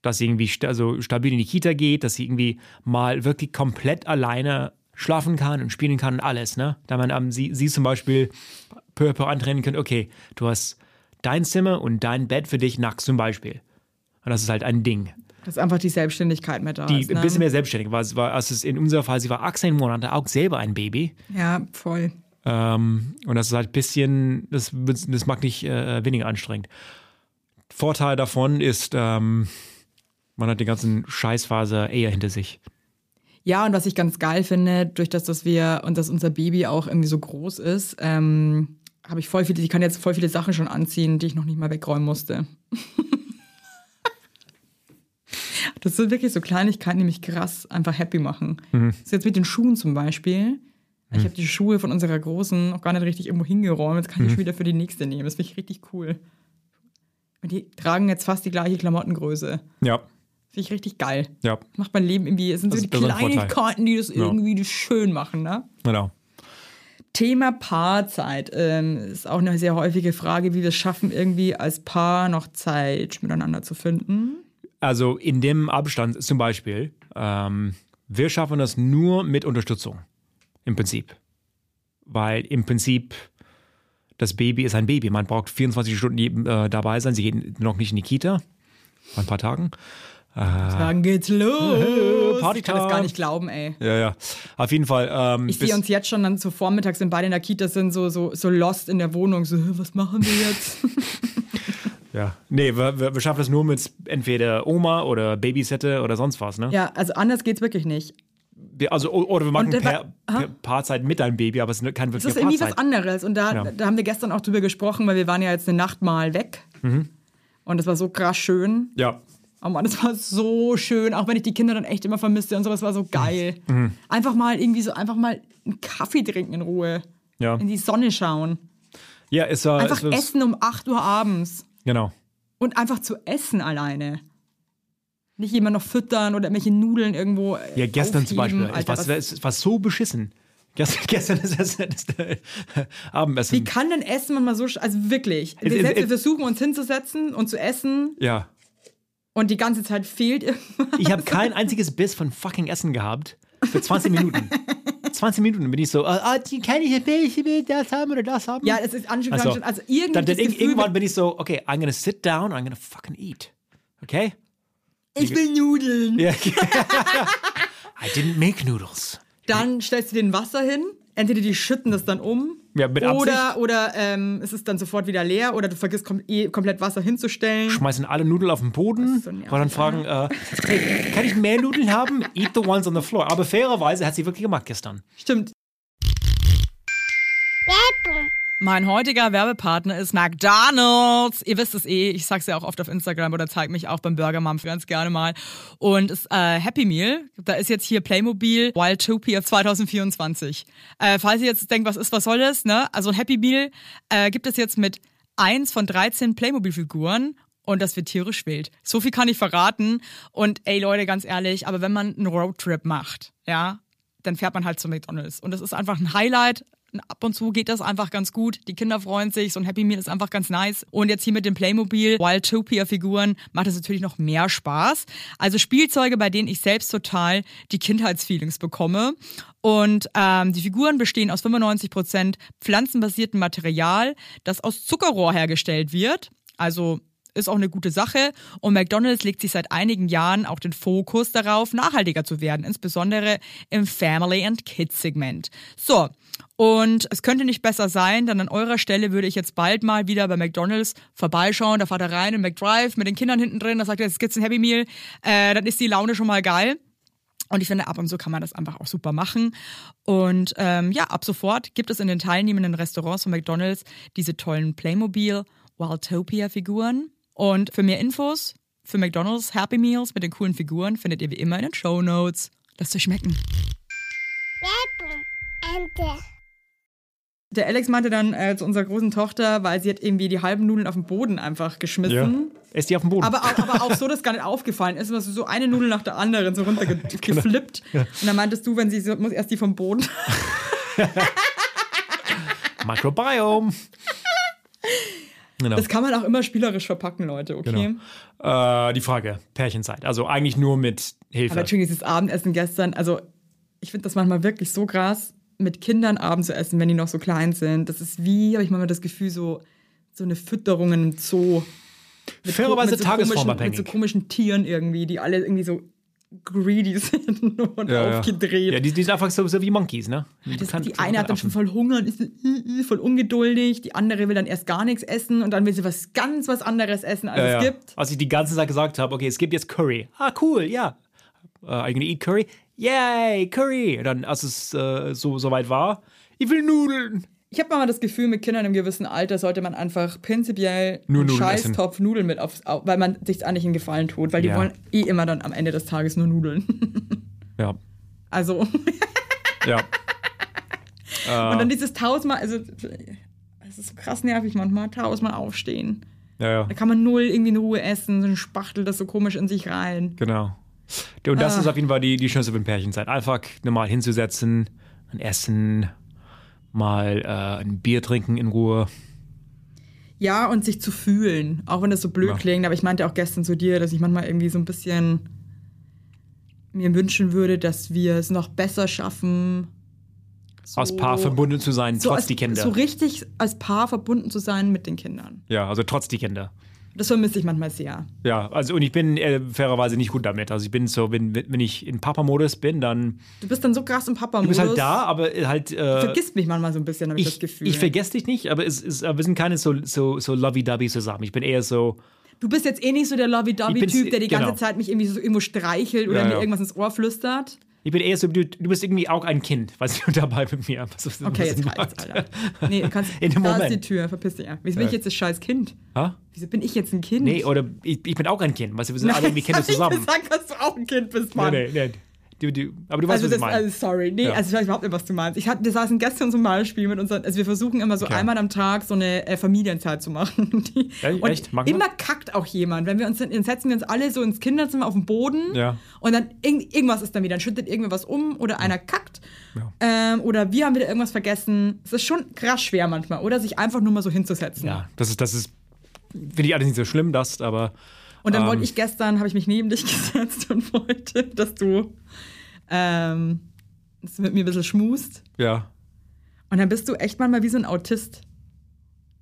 Speaker 2: Dass sie irgendwie sta also stabil in die Kita geht, dass sie irgendwie mal wirklich komplett alleine schlafen kann und spielen kann und alles, ne? Da man ähm, sie, sie zum Beispiel peu à peu antrennen könnte, okay, du hast dein Zimmer und dein Bett für dich nachts zum Beispiel. Und das ist halt ein Ding
Speaker 1: Dass einfach die Selbstständigkeit mehr da
Speaker 2: die
Speaker 1: ist.
Speaker 2: ein
Speaker 1: ne?
Speaker 2: bisschen mehr selbstständig war. Es war also es in unserem Fall, sie war 18 Monate, auch selber ein Baby.
Speaker 1: Ja, voll.
Speaker 2: Ähm, und das ist halt ein bisschen, das, wird- das mag nicht äh, weniger anstrengend. Vorteil davon ist, ähm, man hat den ganzen Scheißphase eher hinter sich.
Speaker 1: Ja, und was ich ganz geil finde, durch das, dass wir und dass unser Baby auch irgendwie so groß ist, ähm, habe ich voll viele, ich kann jetzt voll viele Sachen schon anziehen, die ich noch nicht mal wegräumen musste. das sind wirklich so Kleinigkeiten, die mich krass einfach happy machen. So jetzt mit den Schuhen zum Beispiel. Ich habe die Schuhe von unserer Großen noch gar nicht richtig irgendwo hingeräumt. Jetzt kann ich wieder für die nächste nehmen. Das finde ich richtig cool. Und die tragen jetzt fast die gleiche Klamottengröße.
Speaker 2: Ja,
Speaker 1: Finde ich richtig geil
Speaker 2: ja,
Speaker 1: macht mein Leben irgendwie, es sind
Speaker 2: Das
Speaker 1: so
Speaker 2: ist
Speaker 1: die
Speaker 2: der Vorteil.
Speaker 1: Kleinigkeiten, die das irgendwie das schön machen, ne?
Speaker 2: genau.
Speaker 1: Thema Paarzeit ähm, ist auch eine sehr häufige Frage, wie wir es schaffen, irgendwie als Paar noch Zeit miteinander zu finden.
Speaker 2: Also in dem Abstand zum Beispiel, ähm, wir schaffen das nur mit Unterstützung. Im Prinzip. Weil im Prinzip das Baby ist ein Baby. Man braucht 24 Stunden jedem, äh, dabei sein. Sie geht noch nicht in die Kita. Vor ein paar Tagen. Ah.
Speaker 1: Dann geht's los.
Speaker 2: Partytime.
Speaker 1: ich kann das gar nicht glauben, ey.
Speaker 2: Ja, ja. Auf jeden Fall. Ähm,
Speaker 1: Ich
Speaker 2: bis-
Speaker 1: sehe uns jetzt schon dann so vormittags, wenn beide in der Kita sind, so, so, so lost in der Wohnung, so, "Hä, was machen wir jetzt?
Speaker 2: Ja. Nee, wir, wir wir schaffen das nur mit entweder Oma oder Babysitter oder sonst was. Ne?
Speaker 1: ja, also anders geht's wirklich nicht.
Speaker 2: Wir- Also, o- oder wir machen
Speaker 1: Und, äh,
Speaker 2: per,
Speaker 1: wa-
Speaker 2: per Paarzeit mit einem Baby, aber es ist keine
Speaker 1: Es ist
Speaker 2: wirkliche
Speaker 1: irgendwie was
Speaker 2: Paarzeit.
Speaker 1: anderes. Und da,
Speaker 2: Ja.
Speaker 1: da haben wir gestern auch drüber gesprochen, weil wir waren ja jetzt eine Nacht mal weg.
Speaker 2: Mhm.
Speaker 1: Und das war so krass schön.
Speaker 2: Ja.
Speaker 1: Oh Mann, das war so schön, auch wenn ich die Kinder dann echt immer vermisste und sowas war so geil.
Speaker 2: Mhm.
Speaker 1: Einfach mal irgendwie so, einfach mal einen Kaffee trinken in Ruhe.
Speaker 2: Ja.
Speaker 1: In die Sonne schauen.
Speaker 2: Ja, es war.
Speaker 1: Einfach
Speaker 2: es war,
Speaker 1: essen um 8 Uhr abends.
Speaker 2: Genau.
Speaker 1: Und einfach zu essen alleine. Nicht jemand noch füttern oder irgendwelche Nudeln irgendwo. äh,
Speaker 2: Ja, gestern zum
Speaker 1: aufheben.
Speaker 2: Beispiel.
Speaker 1: Alter,
Speaker 2: es,
Speaker 1: was,
Speaker 2: war, es war so beschissen. Gestern, gestern ist das, das, das Abendessen.
Speaker 1: wie kann denn Essen manchmal so. sch- Also wirklich. Wir,
Speaker 2: es-
Speaker 1: selbst, wir
Speaker 2: es-
Speaker 1: versuchen uns hinzusetzen und zu essen
Speaker 2: ja.
Speaker 1: und die ganze Zeit fehlt irgendwas.
Speaker 2: Ich habe kein einziges Biss von fucking Essen gehabt. Für 20 Minuten. 20 Minuten bin ich so, ah, ah, die kann ich nicht, ich will das haben oder das haben.
Speaker 1: Ja, es ist anstrengend.
Speaker 2: Also,
Speaker 1: Also, also irgendwie
Speaker 2: dann,
Speaker 1: das
Speaker 2: dann
Speaker 1: Gefühl,
Speaker 2: irgendwann bin ich so, okay, I'm gonna sit down, I'm gonna fucking eat. Okay?
Speaker 1: ich will Nudeln.
Speaker 2: Ja. I didn't make noodles.
Speaker 1: Dann stellst du den Wasser hin. Entweder die schütten das dann um.
Speaker 2: Ja, mit Absicht.
Speaker 1: Oder, oder ähm, es ist dann sofort wieder leer. Oder du vergisst kom eh, komplett Wasser hinzustellen.
Speaker 2: Schmeißen alle Nudeln auf den Boden
Speaker 1: so nervig,
Speaker 2: und dann fragen, äh, hey, kann ich mehr Nudeln haben? Eat the ones on the floor. Aber fairerweise hat sie wirklich gemacht gestern.
Speaker 1: Stimmt.
Speaker 3: Werbung,
Speaker 4: Mein heutiger
Speaker 1: Werbepartner ist McDonald's. Ihr wisst es eh, ich sag's ja auch oft auf Instagram oder zeig mich auch beim Burger Mom ganz gerne mal. Und es, äh, Happy Meal, da ist jetzt hier Playmobil Wildtopia 2024. Äh, falls ihr jetzt denkt, was ist, was soll das, ne? Also ein Happy Meal äh, gibt es jetzt mit 1 von 13 Playmobil-Figuren und das wird tierisch wild. So viel kann ich verraten. Und ey Leute, ganz ehrlich, aber wenn man einen Roadtrip macht, ja, dann fährt man halt zu McDonalds. Und das ist einfach ein Highlight. Ab und zu geht das einfach ganz gut. Die Kinder freuen sich. So ein Happy Meal ist einfach ganz nice. Und jetzt hier mit dem Playmobil Wildtopia-Figuren macht es natürlich noch mehr Spaß. Also Spielzeuge, bei denen ich selbst total die Kindheitsfeelings bekomme. Und ähm, die Figuren bestehen aus 95% pflanzenbasiertem Material, das aus Zuckerrohr hergestellt wird. Also ist auch eine gute Sache und McDonald's legt sich seit einigen Jahren auch den Fokus darauf, nachhaltiger zu werden, insbesondere im Family and Kids Segment. So, und es könnte nicht besser sein, denn an eurer Stelle würde ich jetzt bald mal wieder bei McDonald's vorbeischauen, da fahrt er rein in McDrive mit den Kindern hinten drin, da sagt er, jetzt gibt's ein Happy Meal, äh, dann ist die Laune schon mal geil. Und ich finde, ab und zu kann man das einfach auch super machen. Und ähm, ja, ab sofort gibt es in den teilnehmenden Restaurants von McDonalds diese tollen Playmobil Wildtopia-Figuren. Und für mehr Infos für McDonalds Happy Meals mit den coolen Figuren findet ihr wie immer in den Show Notes. Lasst euch schmecken.
Speaker 3: Werbung, Ende.
Speaker 1: Der Alex meinte dann äh, zu unserer großen Tochter, weil sie hat irgendwie die halben Nudeln auf den Boden einfach geschmissen.
Speaker 2: Ist die auf dem Boden.
Speaker 1: Hm? Aber auch, aber auch so, dass gar nicht aufgefallen ist, was so eine Nudel nach der anderen so runtergeflippt. Und dann meintest du, wenn sie so, muss erst die vom Boden.
Speaker 2: Microbiome. Genau.
Speaker 1: Das kann man auch immer spielerisch verpacken, Leute, okay?
Speaker 2: Genau. Äh, die Frage, Pärchenzeit. Also eigentlich nur mit
Speaker 1: Aber
Speaker 2: Hilfe.
Speaker 1: Entschuldigung, dieses Abendessen gestern, also ich finde das manchmal wirklich so krass, mit Kindern Abend zu essen, wenn die noch so klein sind. Das ist wie, habe ich manchmal das Gefühl, so, so eine Fütterung in einem Zoo. Mit
Speaker 2: Fairerweise
Speaker 1: mit komischen, mit
Speaker 2: tagesformabhängig.
Speaker 1: so komischen Tieren irgendwie, die alle irgendwie so greedy sind und
Speaker 2: ja,
Speaker 1: aufgedreht.
Speaker 2: ja. ja, die, die sind einfach so, so wie Monkeys, ne? Du
Speaker 1: Das,
Speaker 2: kannst-
Speaker 1: die eine hat dann schon voll Hunger und ist so, äh, äh, voll ungeduldig. Die andere will dann erst gar nichts essen und dann will sie was ganz was anderes essen, als
Speaker 2: ja, ja.
Speaker 1: es gibt.
Speaker 2: Als ich die ganze Zeit gesagt habe, okay, es gibt jetzt Curry. Ah, cool, ja. Äh, I'm gonna eat Curry. Yay, Curry. Und dann, als es äh, so, so weit war, ich will Nudeln.
Speaker 1: Ich habe mal das Gefühl, mit Kindern im gewissen Alter sollte man einfach prinzipiell
Speaker 2: Nur
Speaker 1: einen
Speaker 2: Nudeln
Speaker 1: Scheißtopf Nudeln mit aufs, auf, weil man sich eigentlich einen Gefallen tut, weil die
Speaker 2: Ja.
Speaker 1: wollen eh immer dann am Ende des Tages nur Nudeln.
Speaker 2: Ja,
Speaker 1: Also und
Speaker 2: ja. Ah.
Speaker 1: dann dieses tausendmal, also es ist so krass nervig manchmal, tausendmal aufstehen.
Speaker 2: ja, ja.
Speaker 1: Da kann man null irgendwie in Ruhe essen, so ein Spachtel das so komisch in sich rein.
Speaker 2: Genau. Und das ist auf jeden Fall die, die schönste Pärchenzeit. Einfach normal hinzusetzen, ein Essen, mal äh, ein Bier trinken in Ruhe.
Speaker 1: Ja, und sich zu fühlen, auch wenn das so blöd
Speaker 2: Ja.
Speaker 1: klingt, aber ich meinte auch gestern zu dir, dass ich manchmal irgendwie so ein bisschen mir wünschen würde, dass wir es noch besser schaffen.
Speaker 2: Als Paar verbunden zu sein,
Speaker 1: so
Speaker 2: trotz
Speaker 1: als,
Speaker 2: die Kinder.
Speaker 1: So richtig als Paar verbunden zu sein mit den Kindern.
Speaker 2: ja, also trotz die Kinder.
Speaker 1: Das vermisse ich manchmal sehr.
Speaker 2: Ja, also und ich bin äh, fairerweise nicht gut damit. Also ich bin so, wenn, wenn ich in Papa-Modus bin, dann
Speaker 1: Du bist dann so krass im papa
Speaker 2: du bist halt da, aber halt. Äh,
Speaker 1: Vergisst mich manchmal so ein bisschen, habe ich, das
Speaker 2: ich,
Speaker 1: Gefühl.
Speaker 2: ich vergesse dich nicht, aber es ist, aber wir sind keine so, so, so lovey-dovey zusammen. Ich bin eher so,
Speaker 1: du bist jetzt eh nicht so der
Speaker 2: Ich bin's-
Speaker 1: Lovey-Dovey-Typ, der die ganze
Speaker 2: genau.
Speaker 1: Zeit mich irgendwie so irgendwo streichelt oder
Speaker 2: Ja,
Speaker 1: mir
Speaker 2: ja.
Speaker 1: irgendwas ins Ohr flüstert.
Speaker 2: ich bin eher so, du, du bist irgendwie auch ein Kind, weißt du, dabei mit mir. Was, was
Speaker 1: Okay,
Speaker 2: das
Speaker 1: jetzt
Speaker 2: macht.
Speaker 1: reicht's, Alter. Nee, du kannst,
Speaker 2: In dem
Speaker 1: da
Speaker 2: Moment.
Speaker 1: ist die Tür, verpiss dich. ja. Wieso bin ich jetzt das scheiß Kind?
Speaker 2: Ha?
Speaker 1: Wieso bin ich jetzt ein Kind?
Speaker 2: Nee, oder ich, ich bin auch ein Kind. Weißt du, wir sind alle irgendwie Kinder
Speaker 1: hab ich
Speaker 2: zusammen.
Speaker 1: gesagt, dass du auch ein Kind bist, Mann.
Speaker 2: nee, nee, nee. Du, du, aber du
Speaker 1: also
Speaker 2: weißt, was ich
Speaker 1: das,
Speaker 2: meine.
Speaker 1: also sorry, nee,
Speaker 2: Ja.
Speaker 1: also ich weiß überhaupt nicht, was du meinst. Ich hab, wir saßen gestern zum Beispiel mit unseren, also wir versuchen immer so einmal am Tag so eine äh, Familienzeit zu machen. Die,
Speaker 2: Ja,
Speaker 1: und
Speaker 2: echt? Mag man?
Speaker 1: immer kackt auch jemand, wenn wir uns dann, dann setzen wir uns alle so ins Kinderzimmer auf den Boden
Speaker 2: Ja.
Speaker 1: und dann irgend, irgendwas ist dann wieder, dann schüttet irgendwer was um oder einer kackt
Speaker 2: Ja.
Speaker 1: ähm, oder wir haben wieder irgendwas vergessen. Es ist schon krass schwer manchmal, oder sich einfach nur mal so hinzusetzen.
Speaker 2: ja, das ist, das ist, finde ich alles nicht so schlimm, das, aber
Speaker 1: Und dann
Speaker 2: Ähm.
Speaker 1: wollte ich gestern, habe ich mich neben dich gesetzt und wollte, dass du ähm, dass du mit mir ein bisschen schmust.
Speaker 2: Ja.
Speaker 1: Und dann bist du echt manchmal wie so ein Autist.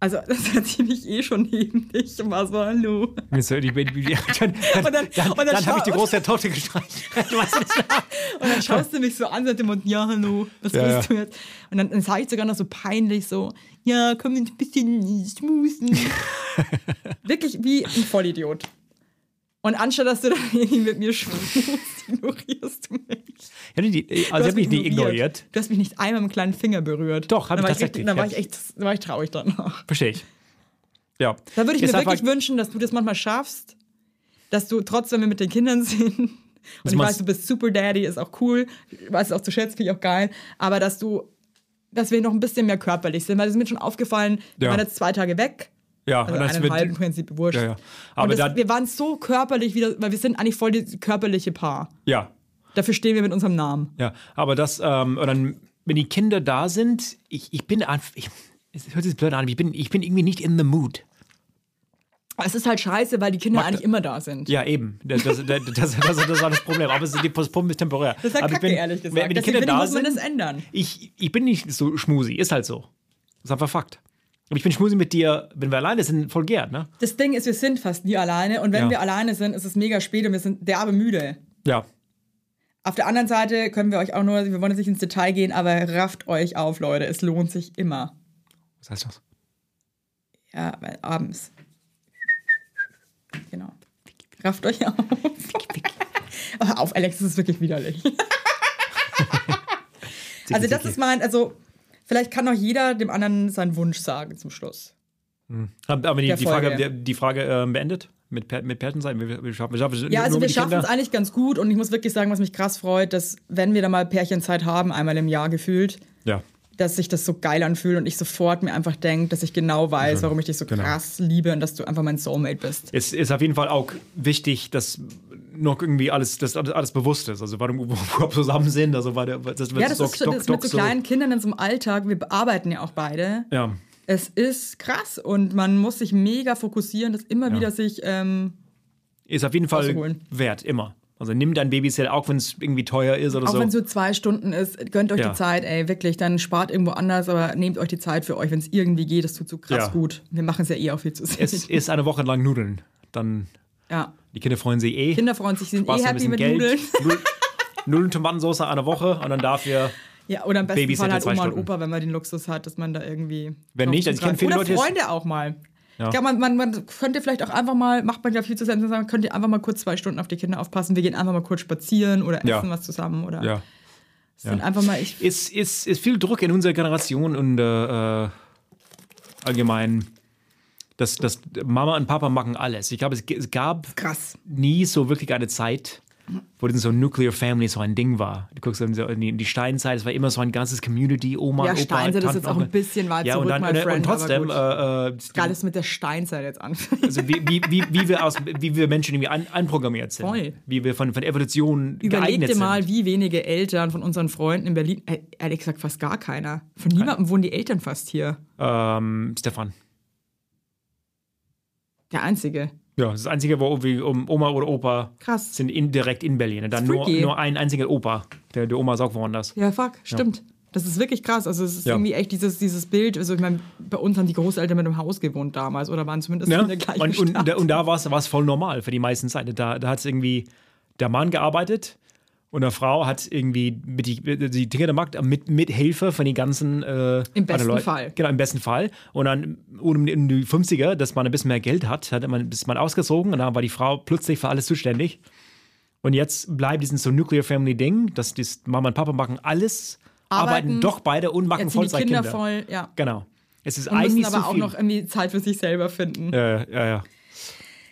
Speaker 1: Also, das hat sie mich eh schon neben dich und war so, hallo.
Speaker 2: Und so, die Baby- Dann, dann,
Speaker 1: dann-
Speaker 2: dann, dann,
Speaker 1: und dann schau-
Speaker 2: habe ich die große Torte gestreichelt. Weißt du?
Speaker 1: Und dann schaust du mich so an seit dem Mund, ja, hallo, was
Speaker 2: Ja,
Speaker 1: willst du jetzt? Und dann, dann sage ich sogar noch so peinlich so, ja, komm ein bisschen schmusen. Wirklich wie ein Vollidiot. Und anstatt, dass du dann irgendwie mit mir schmusst, ignorierst du mich.
Speaker 2: Ja, nee, die-
Speaker 1: Du
Speaker 2: also, sie
Speaker 1: hast
Speaker 2: hat mich nicht
Speaker 1: mich
Speaker 2: ignoriert.
Speaker 1: Du hast mich nicht einmal mit dem kleinen Finger berührt.
Speaker 2: Doch, hab
Speaker 1: Dann
Speaker 2: ich
Speaker 1: war echt-
Speaker 2: tatsächlich,
Speaker 1: Dann war
Speaker 2: ja.
Speaker 1: ich echt dann war ich traurig danach.
Speaker 2: Verstehe ich. Ja.
Speaker 1: Da würde ich
Speaker 2: Ist
Speaker 1: mir
Speaker 2: einfach-
Speaker 1: wirklich wünschen, dass du das manchmal schaffst, dass du trotz, wenn wir mit den Kindern sind, und ich
Speaker 2: machst-
Speaker 1: weiß, du bist Super Daddy, ist auch cool, ich weiß es auch zu schätzen, finde ich auch geil, aber dass du, dass wir noch ein bisschen mehr körperlich sind, weil es ist mir schon aufgefallen, wir
Speaker 2: Ja.
Speaker 1: waren jetzt zwei Tage weg,
Speaker 2: Ja,
Speaker 1: also
Speaker 2: und das
Speaker 1: eineinhalb im Prinzip, wurscht.
Speaker 2: Ja, ja.
Speaker 1: Aber
Speaker 2: Aber
Speaker 1: und das,
Speaker 2: dann-
Speaker 1: wir waren so körperlich wieder, weil wir sind eigentlich voll das körperliche Paar.
Speaker 2: Ja,
Speaker 1: Dafür stehen wir mit unserem Namen.
Speaker 2: ja. Aber das, ähm, und dann, wenn die Kinder da sind, ich, ich bin einfach. Ich, es hört sich blöd an, aber ich bin, ich bin irgendwie nicht in the mood.
Speaker 1: Aber es ist halt scheiße, weil die Kinder
Speaker 2: Magda-
Speaker 1: eigentlich immer da sind.
Speaker 2: Ja, eben. Das, das, das, das, das, das war das Problem. Aber es ist, die Problem ist temporär.
Speaker 1: Das ist halt
Speaker 2: aber ich
Speaker 1: kacke,
Speaker 2: bin-
Speaker 1: ehrlich gesagt.
Speaker 2: Wenn, wenn die
Speaker 1: Deswegen finde
Speaker 2: Kinder
Speaker 1: ich,
Speaker 2: da
Speaker 1: muss man
Speaker 2: sind,
Speaker 1: das ändern.
Speaker 2: ich, ich bin nicht so schmusi. Ist halt so. Ist einfach Fakt. Aber ich bin schmusi mit dir, wenn wir alleine sind, voll gern, ne?
Speaker 1: Das Ding ist, wir sind fast nie alleine und wenn
Speaker 2: Ja.
Speaker 1: wir alleine sind, ist es mega spät und wir sind derbe müde.
Speaker 2: Ja.
Speaker 1: Auf der anderen Seite können wir euch auch nur, wir wollen jetzt nicht ins Detail gehen, aber rafft euch auf, Leute. Es lohnt sich immer.
Speaker 2: Was heißt das?
Speaker 1: Ja, weil abends. Genau. Rafft euch auf. Aber auf, Alex, das ist wirklich widerlich. Also, das ist mein, also, vielleicht kann noch jeder dem anderen seinen Wunsch sagen zum Schluss.
Speaker 2: Haben haben wir
Speaker 1: der
Speaker 2: die, die Frage,
Speaker 1: Folge.
Speaker 2: die, die Frage ähm, beendet? Mit, Per- mit Pärchenseiten? Wir, wir schaffen, wir schaffen,
Speaker 1: Ja, also
Speaker 2: nur
Speaker 1: wir
Speaker 2: mit den
Speaker 1: schaffen es
Speaker 2: Kindern?
Speaker 1: eigentlich ganz gut und ich muss wirklich sagen, was mich krass freut, dass wenn wir da mal Pärchenzeit haben, einmal im Jahr gefühlt,
Speaker 2: Ja.
Speaker 1: dass sich das so geil anfühlt und ich sofort mir einfach denke, dass ich genau weiß, warum ich dich so krass liebe und dass du einfach mein Soulmate bist.
Speaker 2: Es ist auf jeden Fall auch wichtig, dass noch irgendwie alles, dass alles, alles bewusst ist. Also, warum wir überhaupt zusammen sind. Also, weil, der- das, das
Speaker 1: ja, das ist, so- das ist mit so kleinen Kindern in so einem Alltag, wir arbeiten ja auch beide.
Speaker 2: Ja.
Speaker 1: Es ist krass und man muss sich mega fokussieren, dass immer wieder sich, ähm,
Speaker 2: Ist auf jeden Fall
Speaker 1: Rausholen.
Speaker 2: wert, immer. Also, nimm dein Babysitter, auch wenn es irgendwie teuer ist oder
Speaker 1: auch
Speaker 2: so.
Speaker 1: wenn es nur zwei Stunden ist, gönnt euch
Speaker 2: Ja.
Speaker 1: die Zeit, ey, wirklich, dann spart irgendwo anders, aber nehmt euch die Zeit für euch, wenn es irgendwie geht, das tut so krass
Speaker 2: Ja.
Speaker 1: gut. Wir machen es ja eh auch viel zu sehen.
Speaker 2: es ist eine Woche lang Nudeln. Dann,
Speaker 1: Ja.
Speaker 2: die Kinder freuen sich eh.
Speaker 1: Kinder freuen sich, sie sind
Speaker 2: Spaß,
Speaker 1: eh
Speaker 2: ein
Speaker 1: happy
Speaker 2: bisschen
Speaker 1: mit
Speaker 2: Geld.
Speaker 1: Nudeln.
Speaker 2: Nudeln, Nudeln Tomatensauce eine Woche und dann dafür.
Speaker 1: Ja, oder im besten
Speaker 2: Babysitter
Speaker 1: Fall halt
Speaker 2: zwei
Speaker 1: Oma und
Speaker 2: Stunden.
Speaker 1: Opa, wenn man den Luxus hat, dass man da irgendwie.
Speaker 2: Wenn
Speaker 1: noch
Speaker 2: nicht, also ich kenne viele
Speaker 1: Oder
Speaker 2: Leute, die-
Speaker 1: Freunde auch mal.
Speaker 2: Ja.
Speaker 1: Ich glaube, man, man, man könnte vielleicht auch einfach mal, macht man ja viel zusammen, sondern man könnte einfach mal kurz zwei Stunden auf die Kinder aufpassen. Wir gehen einfach mal kurz spazieren oder essen
Speaker 2: Ja.
Speaker 1: was zusammen oder sind einfach mal. Ich,
Speaker 2: ist, ist, ist viel Druck in unserer Generation und äh, äh, allgemein, dass, dass Mama und Papa machen alles. Ich glaube, es, g- es gab
Speaker 1: krass.
Speaker 2: nie so wirklich eine Zeit, wo das so Nuclear Family so ein Ding war. Du guckst dann so in die, in die Steinzeit, es war immer so ein ganzes Community, Oma,
Speaker 1: Ja,
Speaker 2: Opa,
Speaker 1: Steinzeit ist
Speaker 2: Tanten,
Speaker 1: jetzt auch
Speaker 2: Onkel.
Speaker 1: ein bisschen weit
Speaker 2: ja,
Speaker 1: zurück,
Speaker 2: und dann,
Speaker 1: my
Speaker 2: und,
Speaker 1: friend,
Speaker 2: und
Speaker 1: aber
Speaker 2: trotzdem,
Speaker 1: gut.
Speaker 2: äh, äh,
Speaker 1: Geil, dass mit der Steinzeit jetzt anfängt.
Speaker 2: also wie, wie, wie, wie, wir aus, wie wir Menschen irgendwie an, anprogrammiert sind.
Speaker 1: Voll.
Speaker 2: Wie wir von, von Evolution
Speaker 1: Überleg
Speaker 2: geeignet
Speaker 1: dir mal,
Speaker 2: sind.
Speaker 1: wie wenige Eltern von unseren Freunden in Berlin, äh, ehrlich gesagt fast gar keiner. Von niemandem wohnen die Eltern fast hier.
Speaker 2: Ähm, Stefan.
Speaker 1: Der einzige.
Speaker 2: Ja, das Einzige, wo irgendwie um Oma oder Opa
Speaker 1: Krass.
Speaker 2: sind in, direkt in Berlin. Und dann nur,
Speaker 1: freaky.
Speaker 2: nur ein einziger Opa. Der, der Oma ist auch woanders.
Speaker 1: Ja, fuck, stimmt. Das ist wirklich krass. Also es ist
Speaker 2: Ja.
Speaker 1: irgendwie echt dieses, dieses Bild. Also ich meine, bei uns haben die Großeltern mit einem Haus gewohnt damals oder waren zumindest
Speaker 2: Ne?
Speaker 1: in der gleichen
Speaker 2: Und,
Speaker 1: Stadt.
Speaker 2: und, da- und da war es voll normal für die meisten Seiten. Da, da hat es irgendwie der Mann gearbeitet und der Frau hat irgendwie mit die, mit- die Dinge gemacht, mit, mit Hilfe von den ganzen äh,
Speaker 1: Im besten
Speaker 2: anderen Leuten.
Speaker 1: Fall.
Speaker 2: Genau, im besten Fall. Und dann um in die 50er, dass man ein bisschen mehr Geld hat, hat man, ist man ausgezogen und dann war die Frau plötzlich für alles zuständig. Und jetzt bleibt diesen so Nuclear Family Ding, dass die Mama und Papa machen alles, arbeiten,
Speaker 1: Arbeiten,
Speaker 2: doch beide und machen
Speaker 1: Jetzt sind die Kinder
Speaker 2: Vollzeitkinder.
Speaker 1: voll, ja.
Speaker 2: Genau. Es ist
Speaker 1: Und müssen
Speaker 2: eigentlich
Speaker 1: aber
Speaker 2: zu
Speaker 1: auch
Speaker 2: viel.
Speaker 1: noch irgendwie Zeit für sich selber finden.
Speaker 2: äh, ja, ja.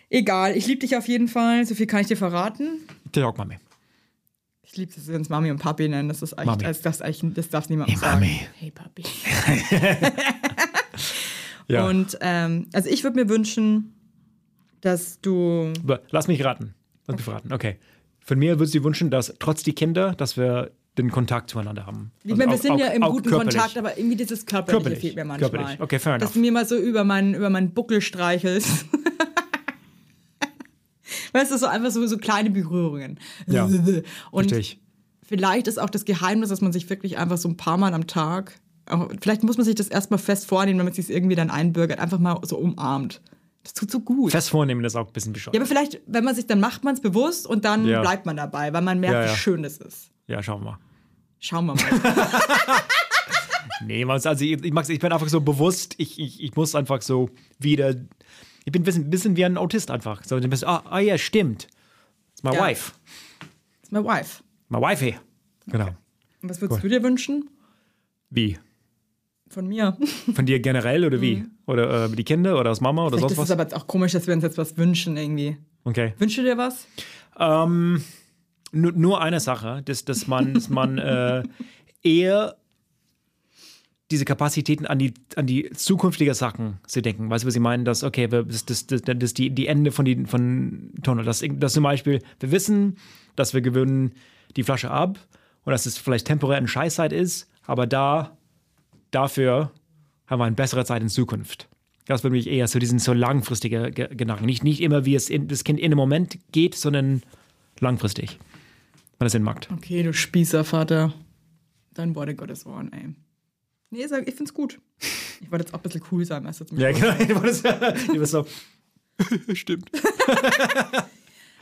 Speaker 1: Egal, ich liebe dich auf jeden Fall. So viel kann ich dir verraten.
Speaker 2: Der auch mal mehr.
Speaker 1: Ich liebe es, wenn es Mami und Papi nennen. Das ist echt,
Speaker 2: Mami.
Speaker 1: das, das, echt, das darf niemandem sagen.
Speaker 2: Mami.
Speaker 1: Hey Papi.
Speaker 2: Ja.
Speaker 1: Und ähm, also ich würde mir wünschen, dass du
Speaker 2: Aber Lass mich raten. Lass mich raten. Okay. Von mir würdest du wünschen, dass trotz die Kinder, dass wir den Kontakt zueinander haben.
Speaker 1: Ich meine, wir
Speaker 2: Also
Speaker 1: sind
Speaker 2: auch-
Speaker 1: ja im
Speaker 2: auch- auch
Speaker 1: guten
Speaker 2: körperlich.
Speaker 1: Kontakt, aber irgendwie dieses Körperliche
Speaker 2: Körperlich,
Speaker 1: fehlt mir manchmal.
Speaker 2: körperlich. Okay, fair
Speaker 1: Dass
Speaker 2: enough.
Speaker 1: du mir mal so über meinen, über meinen Buckel streichelst. weißt du, so einfach so, so kleine Berührungen.
Speaker 2: Ja,
Speaker 1: Und
Speaker 2: Verstehe ich.
Speaker 1: finde vielleicht ist auch das Geheimnis, dass man sich wirklich einfach so ein paar Mal am Tag, auch- vielleicht muss man sich das erstmal fest vornehmen, damit sich es irgendwie dann einbürgert, einfach mal so umarmt. Das tut so gut.
Speaker 2: Fest vornehmen ist auch ein bisschen bescheuert.
Speaker 1: ja, aber vielleicht, wenn man sich, dann macht man es bewusst und dann
Speaker 2: Ja.
Speaker 1: bleibt man dabei, weil man merkt,
Speaker 2: Ja, ja.
Speaker 1: wie schön das ist.
Speaker 2: Ja, schauen wir mal.
Speaker 1: Schauen wir mal.
Speaker 2: Nee, Mann, also ich, ich, mag's- ich bin einfach so bewusst, ich, ich, ich muss einfach so wieder. Ich bin ein bisschen, bisschen wie ein Autist einfach. So, du bist, ah, ah ja, stimmt. It's my
Speaker 1: Ja.
Speaker 2: wife.
Speaker 1: It's my wife.
Speaker 2: My wifey. Genau.
Speaker 1: Und was würdest du dir wünschen?
Speaker 2: Wie?
Speaker 1: Von mir.
Speaker 2: Von dir generell oder wie? Oder äh, die Kinder oder aus Mama oder
Speaker 1: Das
Speaker 2: sonst
Speaker 1: Mhm. ist
Speaker 2: was?
Speaker 1: aber jetzt auch komisch, dass wir uns jetzt was wünschen irgendwie.
Speaker 2: Okay.
Speaker 1: Wünschst du dir was?
Speaker 2: Ähm, nur, nur eine Sache, dass, dass man, dass man äh, eher diese Kapazitäten an die, an die zukünftige Sachen zu denken. Weißt du, was ich meine? Dass, okay, wir- das, das, das, das die, die Ende von, die, von Tunnel. Dass, dass zum Beispiel, wir wissen, dass wir gewöhnen die Flasche ab und dass es vielleicht temporär eine Scheißzeit ist, aber da, dafür haben wir eine bessere Zeit in Zukunft. Das würde mich eher zu diesen so langfristigen Ge- Gedanken. Nicht, nicht immer, wie es in, das Kind in dem Moment geht, sondern langfristig. Wenn es Sinn macht.
Speaker 1: Okay, du Spießervater. Dein Worte Gottes Ohren, ey. Nee, sag, ich find's gut. Ich wollte jetzt auch ein bisschen cool sein, weißt du, zum
Speaker 2: Ja,
Speaker 1: Schluss.
Speaker 2: genau. Du warst- du warst so, stimmt.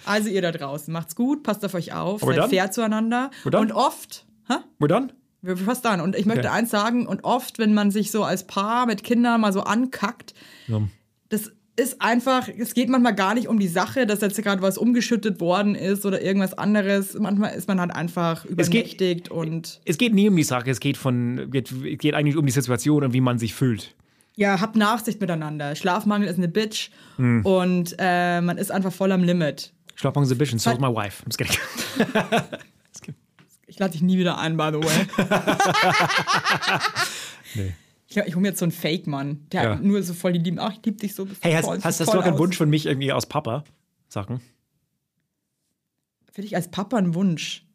Speaker 1: Also ihr da draußen, macht's gut, passt auf euch auf,
Speaker 2: Aber
Speaker 1: seid
Speaker 2: dann-
Speaker 1: fair zueinander.
Speaker 2: Und dann-
Speaker 1: Und oft, hä?
Speaker 2: We're done?
Speaker 1: Wir fast an. Und ich möchte
Speaker 2: Okay.
Speaker 1: eins sagen, und oft, wenn man sich so als Paar mit Kindern mal so ankackt,
Speaker 2: Ja.
Speaker 1: das ist einfach, es geht manchmal gar nicht um die Sache, dass jetzt gerade was umgeschüttet worden ist oder irgendwas anderes. Manchmal ist man halt einfach
Speaker 2: geht-
Speaker 1: übernächtigt und
Speaker 2: Es geht nie um die Sache, es geht, von, geht, es geht eigentlich um die Situation und wie man sich fühlt.
Speaker 1: ja, habt Nachsicht miteinander. Schlafmangel ist eine Bitch
Speaker 2: Hm.
Speaker 1: und äh, man ist einfach voll am Limit.
Speaker 2: Schlaf on the Vision, so is my wife. I'm just kidding.
Speaker 1: Ich lade dich nie wieder ein, by the way. Ich, glaub, ich hole mir jetzt so einen Fake-Mann, der
Speaker 2: Ja.
Speaker 1: nur so voll die lieben. Ach, ich lieb dich so. bist
Speaker 2: Hey, hast,
Speaker 1: voll-
Speaker 2: hast,
Speaker 1: bist
Speaker 2: hast du
Speaker 1: voll
Speaker 2: noch einen
Speaker 1: aus.
Speaker 2: Wunsch von mich irgendwie aus Papa? Sachen.
Speaker 1: Für dich als Papa ein Wunsch?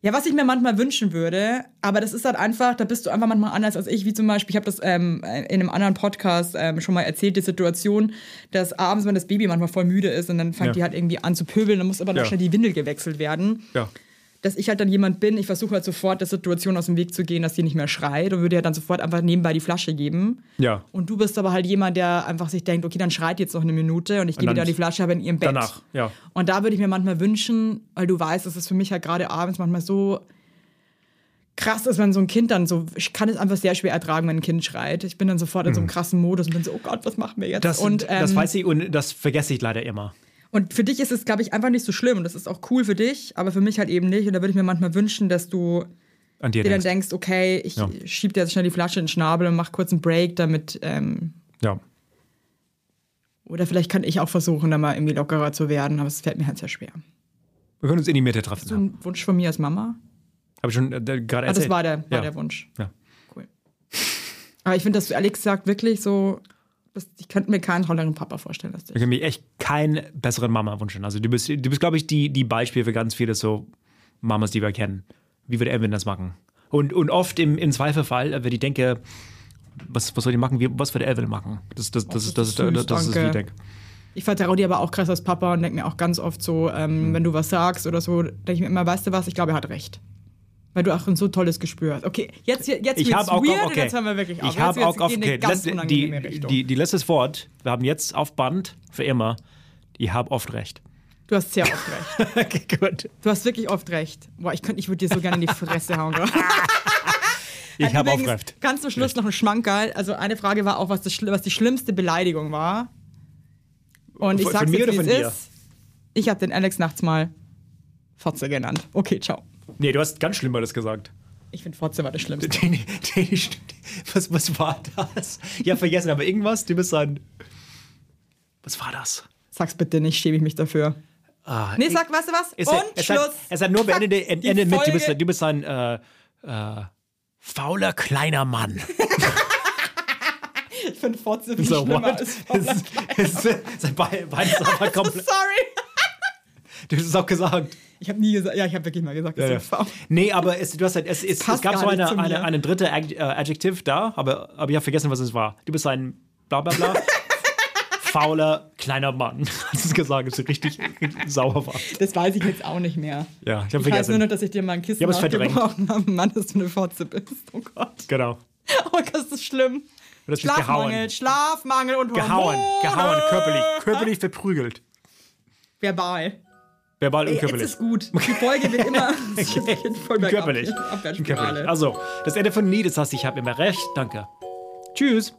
Speaker 1: Ja, was ich mir manchmal wünschen würde, aber das ist halt einfach, da bist du einfach manchmal anders als ich, wie zum Beispiel, ich habe das ähm, in einem anderen Podcast ähm, schon mal erzählt, die Situation, dass abends, wenn das Baby manchmal voll müde ist und dann fängt
Speaker 2: Ja.
Speaker 1: die halt irgendwie an zu pöbeln, dann muss aber noch
Speaker 2: Ja.
Speaker 1: schnell die Windel gewechselt werden.
Speaker 2: Ja.
Speaker 1: Dass ich halt dann jemand bin, ich versuche halt sofort der Situation aus dem Weg zu gehen, dass sie nicht mehr schreit und würde ja dann sofort einfach nebenbei die Flasche geben.
Speaker 2: Ja.
Speaker 1: Und du bist aber halt jemand, der einfach sich denkt, okay, dann schreit jetzt noch eine Minute und ich gebe
Speaker 2: dann-
Speaker 1: wieder die Flasche aber in ihrem Bett.
Speaker 2: Danach, ja.
Speaker 1: Und da würde ich mir manchmal wünschen, weil du weißt, dass es für mich halt gerade abends manchmal so krass ist, wenn so ein Kind dann so, ich kann es einfach sehr schwer ertragen, wenn ein Kind schreit. Ich bin dann sofort in so einem krassen Modus und bin so, oh Gott, was machen wir jetzt?
Speaker 2: Mhm. Das,
Speaker 1: und,
Speaker 2: das
Speaker 1: ähm,
Speaker 2: weiß ich und das vergesse ich leider immer.
Speaker 1: und für dich ist es, glaube ich, einfach nicht so schlimm. Und das ist auch cool für dich, aber für mich halt eben nicht. Und da würde ich mir manchmal wünschen, dass du
Speaker 2: An dir
Speaker 1: dir dann
Speaker 2: denkst.
Speaker 1: denkst, okay, ich
Speaker 2: Ja.
Speaker 1: schieb dir jetzt schnell die Flasche in den Schnabel und mach kurz einen Break, damit ähm,
Speaker 2: Ja.
Speaker 1: Oder vielleicht kann ich auch versuchen, da mal irgendwie lockerer zu werden, aber es fällt mir halt sehr schwer.
Speaker 2: Wir können uns in die Mitte treffen.
Speaker 1: So ein Wunsch von mir als Mama?
Speaker 2: Habe ich schon äh, gerade
Speaker 1: Ah,
Speaker 2: erzählt.
Speaker 1: das war der, war
Speaker 2: ja.
Speaker 1: der Wunsch.
Speaker 2: Ja.
Speaker 1: Cool. Aber ich finde, dass du Alex sagt, wirklich so, dass- ich könnte mir keinen tolleren Papa vorstellen als
Speaker 2: Ich
Speaker 1: dich.
Speaker 2: kann mir echt keinen besseren Mama wünschen. Also du bist, du bist glaube ich, die, die Beispiel für ganz viele so Mamas, die wir kennen. Wie würde Evan das machen? Und, und oft im, im Zweifelfall, äh, wenn ich denke, was, was soll die machen? Wie, was würde Evan machen? Das, das, das, ist- das, ist-
Speaker 1: Oh, das ist
Speaker 2: das, das
Speaker 1: süß,
Speaker 2: ist, wie ich
Speaker 1: danke.
Speaker 2: denke.
Speaker 1: Ich vertraue dir aber auch krass als Papa und denke mir auch ganz oft so, ähm,
Speaker 2: Hm.
Speaker 1: wenn du was sagst oder so, denke ich mir immer, weißt du was, ich glaube, er hat recht. Weil du auch ein so tolles Gespür hast. Okay, jetzt, jetzt
Speaker 2: Ich
Speaker 1: wird's
Speaker 2: habe auch
Speaker 1: weird
Speaker 2: auf,
Speaker 1: und
Speaker 2: okay.
Speaker 1: jetzt haben wir wirklich auf.
Speaker 2: Ich habe auch auf,
Speaker 1: gehen wir in
Speaker 2: okay.
Speaker 1: eine ganz
Speaker 2: Letzte,
Speaker 1: unangenehme
Speaker 2: die,
Speaker 1: Richtung.
Speaker 2: die, die letztes Wort, wir haben jetzt auf Band für immer, ich habe oft recht.
Speaker 1: du hast sehr oft recht.
Speaker 2: okay, gut.
Speaker 1: Du hast wirklich oft recht. Boah, ich könnte, ich würde dir so gerne in die Fresse hauen. gell?
Speaker 2: Ich habe oft
Speaker 1: Übrigens,
Speaker 2: recht.
Speaker 1: Ganz zum Schluss noch ein Schmankerl. Also eine Frage war auch, was, das, schli- was die schlimmste Beleidigung war. Und ich
Speaker 2: Von-
Speaker 1: sag's
Speaker 2: von mir
Speaker 1: jetzt,
Speaker 2: oder
Speaker 1: wie
Speaker 2: von
Speaker 1: es
Speaker 2: dir?
Speaker 1: ist. Ich habe den Alex nachts mal Fotze genannt. Okay, ciao.
Speaker 2: Nee, du hast ganz Schlimmeres gesagt.
Speaker 1: Ich finde Fotze war das Schlimmste.
Speaker 2: Den, den, was, was war das? Ja, vergessen, aber irgendwas, du bist ein. Was war das?
Speaker 1: Sag's bitte nicht, schäme ich mich dafür.
Speaker 2: Ah,
Speaker 1: Nee, sag, weißt du was?
Speaker 2: es,
Speaker 1: Und
Speaker 2: es
Speaker 1: Schluss.
Speaker 2: Hat, es hat nur
Speaker 1: Zack,
Speaker 2: beendet
Speaker 1: die
Speaker 2: endet mit, du bist,
Speaker 1: Folge.
Speaker 2: du bist ein äh, äh, fauler kleiner Mann.
Speaker 1: Ich finde Fotze viel schlimmer.
Speaker 2: what?
Speaker 1: Als
Speaker 2: Es,
Speaker 1: Fotze.
Speaker 2: es, es, beides einfach komplett.
Speaker 1: Sorry.
Speaker 2: Du hast es auch gesagt.
Speaker 1: Ich habe nie gesagt, ja, ich habe wirklich mal gesagt, das
Speaker 2: Ja,
Speaker 1: ja,
Speaker 2: ja.
Speaker 1: ist faul.
Speaker 2: Nee, aber es, du hast halt, es, es, es
Speaker 1: passt
Speaker 2: gab
Speaker 1: gar
Speaker 2: so
Speaker 1: nicht
Speaker 2: eine,
Speaker 1: zu
Speaker 2: eine,
Speaker 1: mir.
Speaker 2: eine dritte Ad- äh, Adjektiv da, aber, aber ich habe vergessen, was es war. Du bist ein bla bla bla. fauler kleiner Mann. Hat es gesagt, dass du richtig, richtig sauer warst.
Speaker 1: Das weiß ich jetzt auch nicht mehr.
Speaker 2: Ja,
Speaker 1: Ich weiß
Speaker 2: ich habe
Speaker 1: nur
Speaker 2: vergessen.
Speaker 1: noch, dass ich dir mal ein Kissen
Speaker 2: Ich hab es verdrängt.
Speaker 1: ausgebrochen habe. Mann, dass du eine Fotze bist. Oh Gott.
Speaker 2: Genau.
Speaker 1: Oh Gott, das ist schlimm.
Speaker 2: Du hast mich
Speaker 1: Schlafmangel,
Speaker 2: gehauen.
Speaker 1: Schlafmangel und
Speaker 2: Gehauen,
Speaker 1: Hormone.
Speaker 2: gehauen, körperlich, körperlich verprügelt.
Speaker 1: Verbal.
Speaker 2: Verbal und
Speaker 1: Ey, jetzt
Speaker 2: körperlich.
Speaker 1: ist gut. Die Folge wird immer voll bergab.
Speaker 2: körperlich.
Speaker 1: Abwärtsspirale.
Speaker 2: körperlich. Also, das Ende von Lied ist das, ich habe immer recht. Danke. Tschüss.